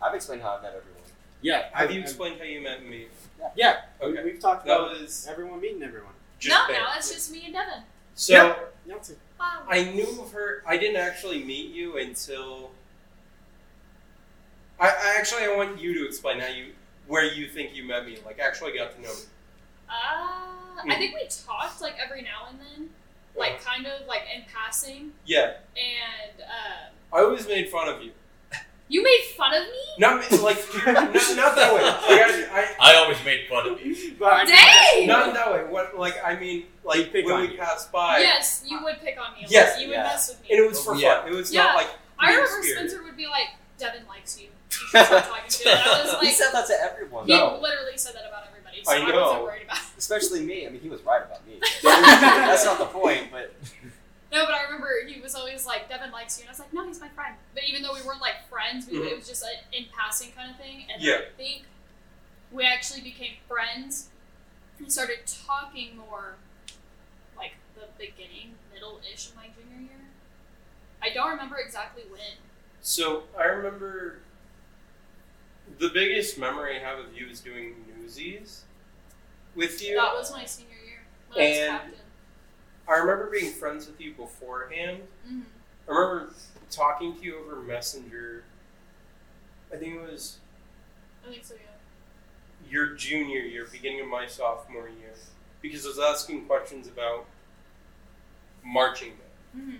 I've explained how I met everyone. Yeah. Have you I- explained how you met me? Yeah. Okay, We, have talked that about was everyone meeting everyone. just no, bad. now it's just me and Devin. so. Yeah. Y'all too. Wow. I knew of her. I didn't actually meet you until. I, I actually I want you to explain how you where you think you met me. Like actually got to know me. Uh, Mm. I think we talked like every now and then, like kind of like in passing, Yeah, and uh, I always made fun of you. you made fun of me. Not ma- like you're- not, not that way. Like, I, I always made fun of you. But I mean, I, Dang! Uh, not that way. What like I mean You like pick when on we you. passed by yes, you would pick on me. a lot. Yes, you would yeah. mess with me. and it was for Yeah. fun. It was Yeah. not like I mean remember spirit. Spencer would be like, "Devin likes you. You should stop talking to him." And I was He like, said that to everyone, he No. literally said that about everybody. So I I, know. wasn't worried about. It. especially me. I mean, he was right about me. That's not the point, but No, but I remember he was always like, "Devin likes you," and I was like, "No, he's my friend." But even though we weren't like friends, we, Mhm. it was just an in passing kind of thing. And Yeah. I think we actually became friends and started talking more, like the beginning, middle ish of my junior year. I don't remember exactly when. So I remember the biggest memory I have of you is doing newsies with you. That was my senior year when I And- was captain. I remember being friends with you beforehand. hmm I remember talking to you over Messenger. I think it was I think so, yeah. your junior year, beginning of my sophomore year, because I was asking questions about marching band. hmm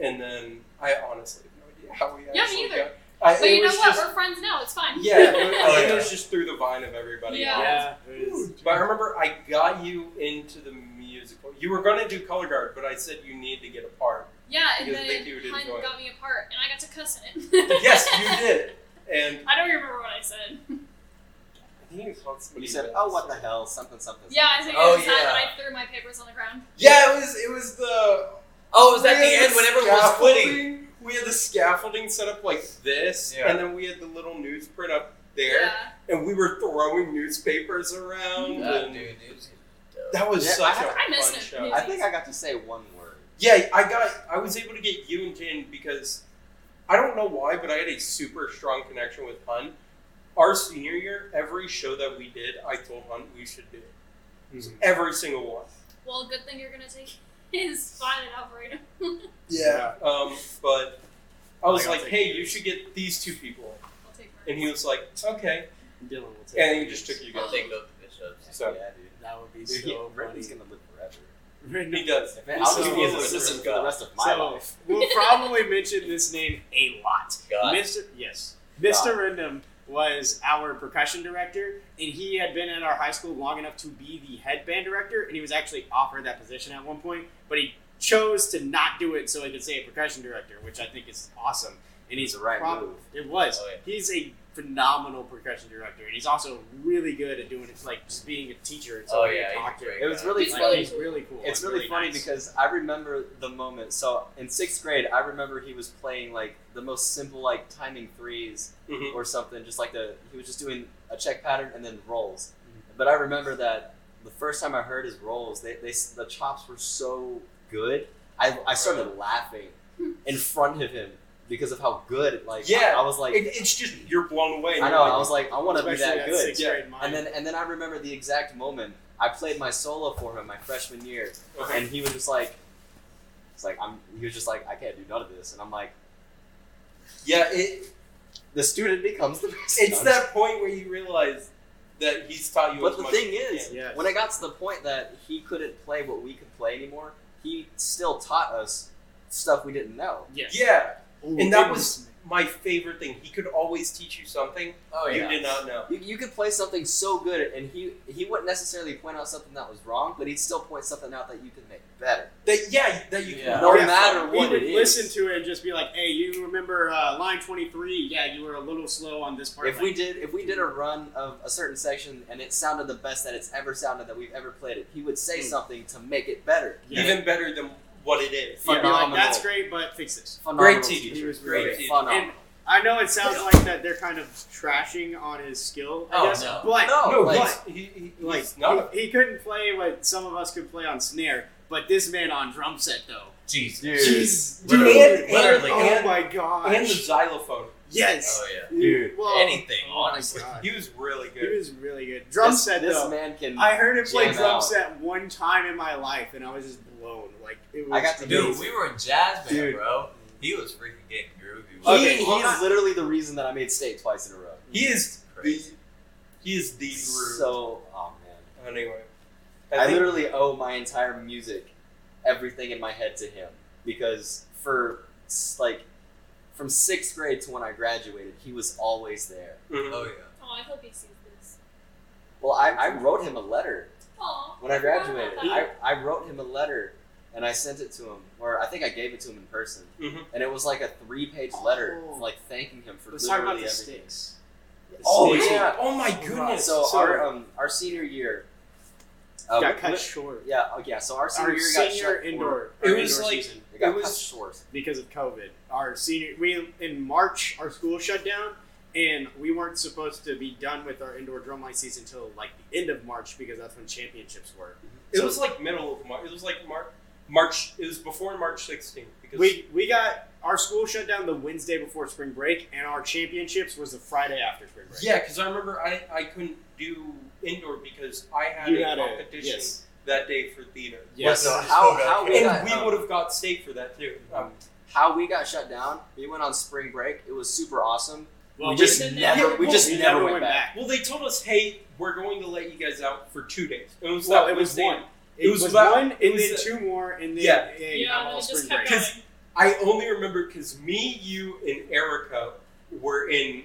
And then I honestly have no idea how we Yeah, actually me either. got. I, But it you know was what? just- We're friends now. It's fine. yeah, it was, Oh, it yeah. was just through the vine of everybody. Yeah. else. Yeah. it was- But I remember I got you into the musical. You were going to do color guard, but I said you need to get a part. Yeah, and Because then Vicky would Hunt enjoy it. got me apart, and I got to cuss in it. yes, you did. And I don't remember what I said. I think you called somebody. he said, else. "Oh, what the hell? Something, something." Yeah, I think Oh, it was that yeah. that I threw my papers on the ground. Yeah, it was. It was the Oh, it was at the had end when everyone was quitting. scaffolding- We had the scaffolding set up like this, Yeah. and then we had the little newsprint up there, Yeah. and we were throwing newspapers around. Uh, and dude, it was dope. That was Yeah, such I- a I miss fun it. show. I think I got to say one word. Yeah, I got. I was able to get you and Jin because I don't know why, but I had a super strong connection with Hun. Our senior year, every show that we did, I told Hun we should do it. Mhm. Every single one. Well, good thing you're gonna take his fine and Alfredo. Yeah. Um, but I was Like, I'll like, take hey, yours. you should get these two people. I'll take mine. And he was like, okay. Dylan will take And he these. just took you I'll guys. take both the bishops. So yeah, dude. That would be Dude, he- so funny. Britney's gonna live forever. he does. Man, I'll So- just be his assistant for the rest of my so, life. we'll probably mention this name a lot. God. Mr. Yes, Mr. Rendum was our percussion director, and he had been at our high school long enough to be the head band director, and he was actually offered that position at one point, but he chose to not do it so he could say a percussion director, which I think is awesome. And he's It's the right prob- move. It was. Oh, yeah. He's a phenomenal percussion director, and he's also really good at doing it, like just being a teacher and Oh, somebody yeah, to he's talk to. great. It was really He's Like, funny. he's really cool. It's and really, funny nice. because I remember the moment. So in sixth grade, I remember he was playing like the most simple, like timing threes Mhm. or something. Just like the he was just doing a check pattern and then rolls. Mm-hmm. But I remember that the first time I heard his rolls, they, they the chops were so good. I, I started laughing in front of him because of how good. Like Yeah. I, was like, It- it's just, you're blown away. I know. I was like, I want to be Especially that at good. sixth yeah. grade And mind. then and then I remember the exact moment I played my solo for him my freshman year, Okay. and he was just like, it's like I'm. He was just like, I can't do none of this, and I'm like, Yeah, it, the student becomes the best. it's that point where you realize that he's taught you But as the much thing as he is, can. Yes. when it got to the point that he couldn't play what we could play anymore, he still taught us stuff we didn't know. yes. yeah, Ooh, and that goodness was my favorite thing. He could always teach you something Oh, you yeah. did not know. You, you could play something so good, and he he wouldn't necessarily point out something that was wrong, but he'd still point something out that you could make better. That yeah, that you Yeah. can No Yeah. matter we what would it is. listen to it and just be like, "Hey, you remember uh, line twenty three? Yeah, you were a little slow on this part." If we did if we did a run of a certain section and it sounded the best that it's ever sounded that we've ever played it, he would say Hmm. something to make it better. yeah. even better than what it is. You'd be like, phenomenal. "That's great, but fix this." Phenomenal Great teacher. He was Great really teacher. Phenomenal. And I know it sounds like that they're kind of trashing on his skill, I Oh, guess, no. but No, no, like- he's- he, he, he's like not. he, he couldn't play what some of us could play on snare, but this man on drum set though, Jesus. Dude. jeez, Dude. dude, Literally- and- literally. oh and- my god, and the xylophone. yes, Oh, yeah. Dude. Whoa. Anything, Oh my honestly. God. He was really he good. was really good. Drum this, set this though, man can I heard him play Jam drum out. set one time in my life, and I was just blown. Like it was. I got to do- Dude, we were in jazz band, Dude. Oh, bro. He was freaking getting groovy. he, Okay, he hold is literally the reason that I made state twice in a row. He is the Crazy. he is the groove. So oh man. anyway, I, think- literally owe my entire music, everything in my head to him. Because for s- like from sixth grade to when I graduated, he was always there. Mhm. Oh, yeah. Oh, I hope he sees this. Well, I, I wrote him a letter Aw. when I graduated, I, Wow. I wrote him a letter and I sent it to him, or I think I gave it to him in person. Mhm. And it was like a three page letter, Oh. like thanking him for Let's talk about literally the everything. sticks. The Oh, sticks. yeah. Oh my Right. goodness. So, So- our um, our senior year uh, got we- cut we- short. Yeah, oh, yeah. So our senior Our year got senior shut for- indoor. It our was indoor like- season It got it was- cut short. because of COVID. Our senior, we in March, our school shut down, and we weren't supposed to be done with our indoor drumline season until like the end of March because that's when championships were. it was like middle of March. It was like March. March. It was before March 16th because We we got our school shut down the Wednesday before spring break, and our championships was the Friday after spring break. yeah, because I remember I I couldn't do indoor because I had you a had a competition yes, that day for theater. yes. But So no, how, Okay. how, we And got, we um, would have got state for that too. Um, how we got shut down, we went on spring break. It was super awesome. Well, we just didn't- never, yeah, we well, just we never, went, back. well, they told us, hey, we're going to let you guys out for two days. It was Well, that it was Wednesday. one. It was about- one, it and then was- two more, and then Yeah. yeah, Yeah, and all it spring just break. kept going. I only remember because me, you, and Erica were in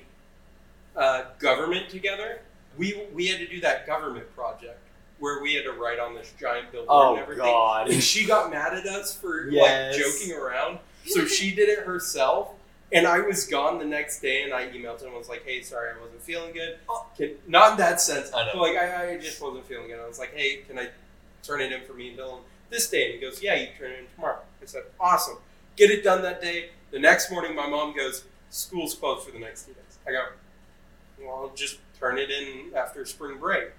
uh, government together. We we had to do that government project where we had to write on this giant billboard and Oh everything. God! And she got mad at us for Yes. like joking around, so she did it herself. And I was gone the next day, and I emailed her and was like, "Hey, sorry, I wasn't feeling good. Can, not in that sense. I know. but, like I, I just wasn't feeling good. I was like, Hey, can I turn it in for me and Dylan this day?" And he goes, "Yeah, you turn it in tomorrow." I said, awesome. Get it done that day. The next morning, my mom goes, school's closed for the next two days. I go, well, I'll just turn it in after spring break.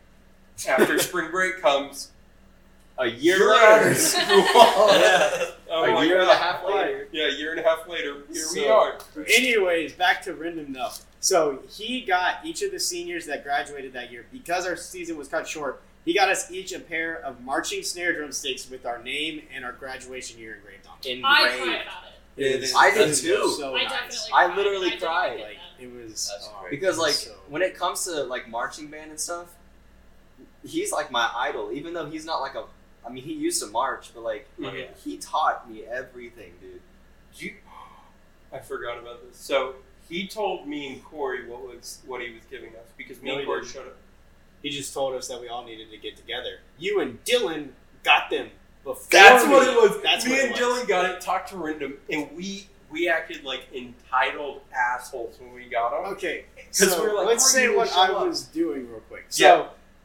After spring break comes, A you're out of school. yeah. Oh A my year and a God. half later. Yeah, a year and a half later, here we So- are. Anyways, back to Rendon though. So he got each of the seniors that graduated that year because our season was cut short. He got us each a pair of marching snare drumsticks with our name and our graduation year engraved on. I cried about it. Yeah, It. I It did was too. So I Oh, nice. definitely. I cried. literally didn't cried, get Like that. it was That's oh, great. Because like so- when it comes to like marching band and stuff, he's like my idol. Even though he's not like a, I mean he used to march, but like Mhm. he taught me everything, dude. Do you, I forgot about this. So he told me and Corey what was what he was giving us because me No, and he Corey didn't. showed up. he just told us that we all needed to get together. You and Dylan got them before. That's me. what it was. That's me what it and was. Dylan got it, talked to Random, and we we acted like entitled assholes when we got them. Okay, 'Cause so we were like, let's "We're say gonna what show I up." was doing real quick. Yeah.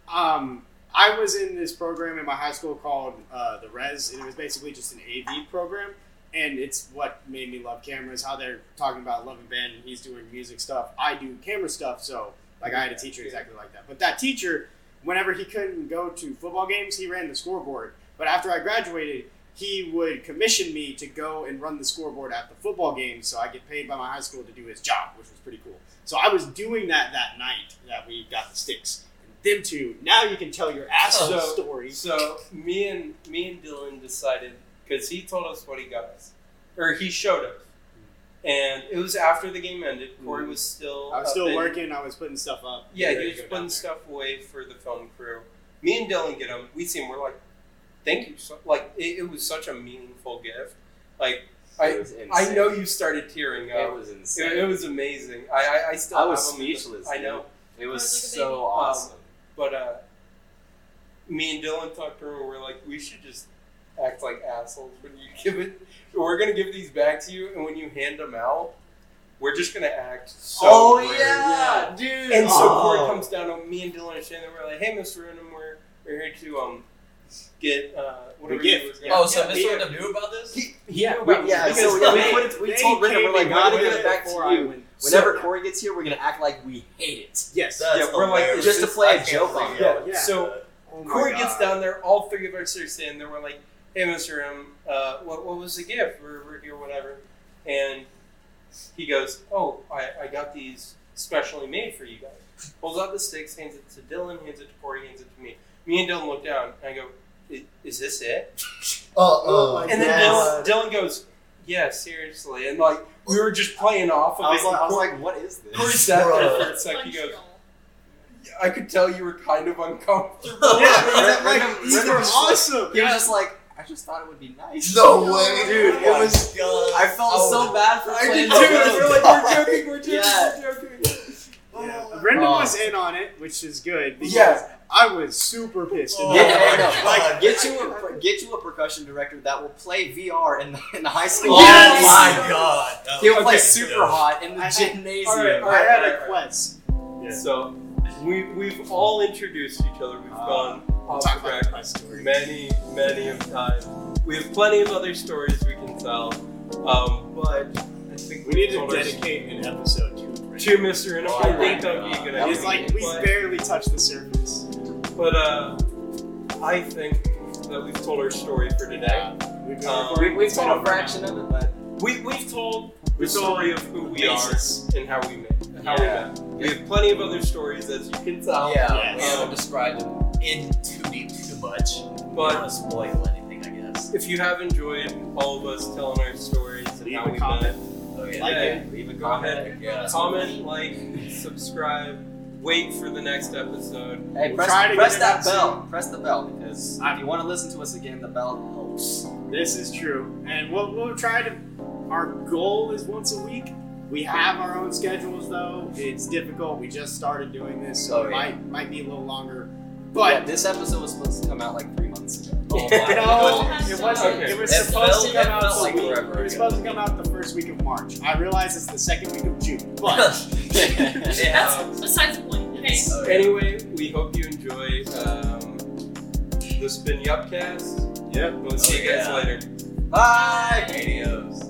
So, um, I was in this program in my high school called uh, the Res, and it was basically just an AV program. And it's what made me love cameras. How they're talking about loving band, and he's doing music stuff. I do camera stuff, so like I had a teacher exactly like that. But that teacher, whenever he couldn't go to football games, he ran the scoreboard. But after I graduated, he would commission me to go and run the scoreboard at the football game so I get paid by my high school to do his job, which was pretty cool. So I was doing that that night that we got the sticks. And them two, now you can tell your asshole So- story. So me and me and Dylan decided because he told us what he got us, or he showed us, and it was after the game ended. Corey was still I was up still in- working, I was putting stuff up. Oh, Yeah, Ready he to was go down putting there. stuff away for the film crew. Me and Dylan get them. We see him. We're like, thank you. So, like it, it was such a meaningful gift. Like I- was I know you started tearing It up. was insane. It, it was amazing. I I, I still I was have 'em in the- speechless, I dude. know, It was I was like a baby. so awesome. but uh, me and Dylan talked to her. and We're like, we should just act like assholes when you give it. We're gonna give these back to you, and when you hand them out, we're just gonna act so. Oh, rude. dude. And so Oh. Corey comes down and me and Dylan and Shannon were like, "Hey, Mr. Random, we're we're here to um get uh whatever gift. you were Yeah. Oh, so Yeah, Mr. yeah. Wyndham knew about this? he, he Yeah, knew We, about yeah, this so because yeah, they- we, put it, we They told Ritter, came we're like, in we're gonna way give it back to before I you. went- Whenever So- Corey gets here, we're gonna act like we hate it. Yes. Yeah, we're like- hilarious. just to play a I can't joke on believe yeah, Yeah. so Oh my Corey gets God. down there, all three of us are sitting there. We're like, "Hey, Mr. Random, uh, what what was the gift? We're, we're here, whatever." And he goes, "Oh, I, I got these specially made for you guys." Pulls out the sticks, hands it to Dylan, hands it to Corey, hands it to me. Me and Dylan look down, and I go, "I- "Is this it?" oh my And then God. Dylan, Dylan goes, "Yeah, seriously." And like we were just playing off of I was it. like, I was like, what is this? Corey sat there for Like, a sec. He goes, Montreal. "Yeah, "I could tell you were kind of uncomfortable." Yeah, Rhythm- he's like, rhythm- these rhythm are was like- awesome. He was just like, I just thought it would be nice. No way, Dude, it was. God. I felt so bad for I playing did too. the and rhythm. We're like, we're joking, we're joking, Yeah. we're joking. Yeah. Brendan Oh. was in on it, which is good because Yeah. I was super pissed. Oh in Yeah, that yeah, my moment. no, God. like, get you a per- get you a percussion director that will play VR in the, in the high school. Yes! Oh my God. God. That He will was play good. super hot in the I had- gymnasium. all right, all I right. had a quest. Yeah. So we we've all introduced each other. We've Uh, gone We'll off talk track. about the quest story. many, many of times. We have plenty of other stories we can tell, um, but I think We need to told our- dedicate an episode to it. to Mr. and Oh I my think that'd be God. a good That It's was like we but, barely touched the surface. but uh, I think that we've told our story for today. We've been Um, We, recording. we've It's been told a over fraction of it, but We we've told the We've told story of who we are basis. and how we met. How Yeah. we met. We have plenty of other stories as you can tell. Yeah, we Yes. haven't described him in too deep too much. But- But don't spoil anything, I guess. If you have enjoyed all of us telling our stories and Leave how a we comment. Oh, yeah. Like Yeah. it. leave a comment. comment. Yeah. comment, like, subscribe, wait for the next episode. Hey, We'll press, try to press get it out that bell. Press the bell because I'm- if you want to listen to us again, the bell helps. This is true. And we'll, we'll try to. Our goal is once a week. We have our own schedules, though. It's difficult. We just started doing this, so Oh, it yeah. might, might be a little longer. yeah, But this episode was supposed to come out like three months ago. Oh, my no, goodness. it wasn't. Okay. It was It supposed to come felt- it out felt the like week- forever It was ago. supposed to come out the first week of March. I realize it's the second week of June, but It Yeah. has- That's besides the point. Okay. oh, yeah. uh, Anyway, we hope you enjoy um, this has been Yupcast. Yep. We'll see Oh, you guys yeah. later. Bye. Adios.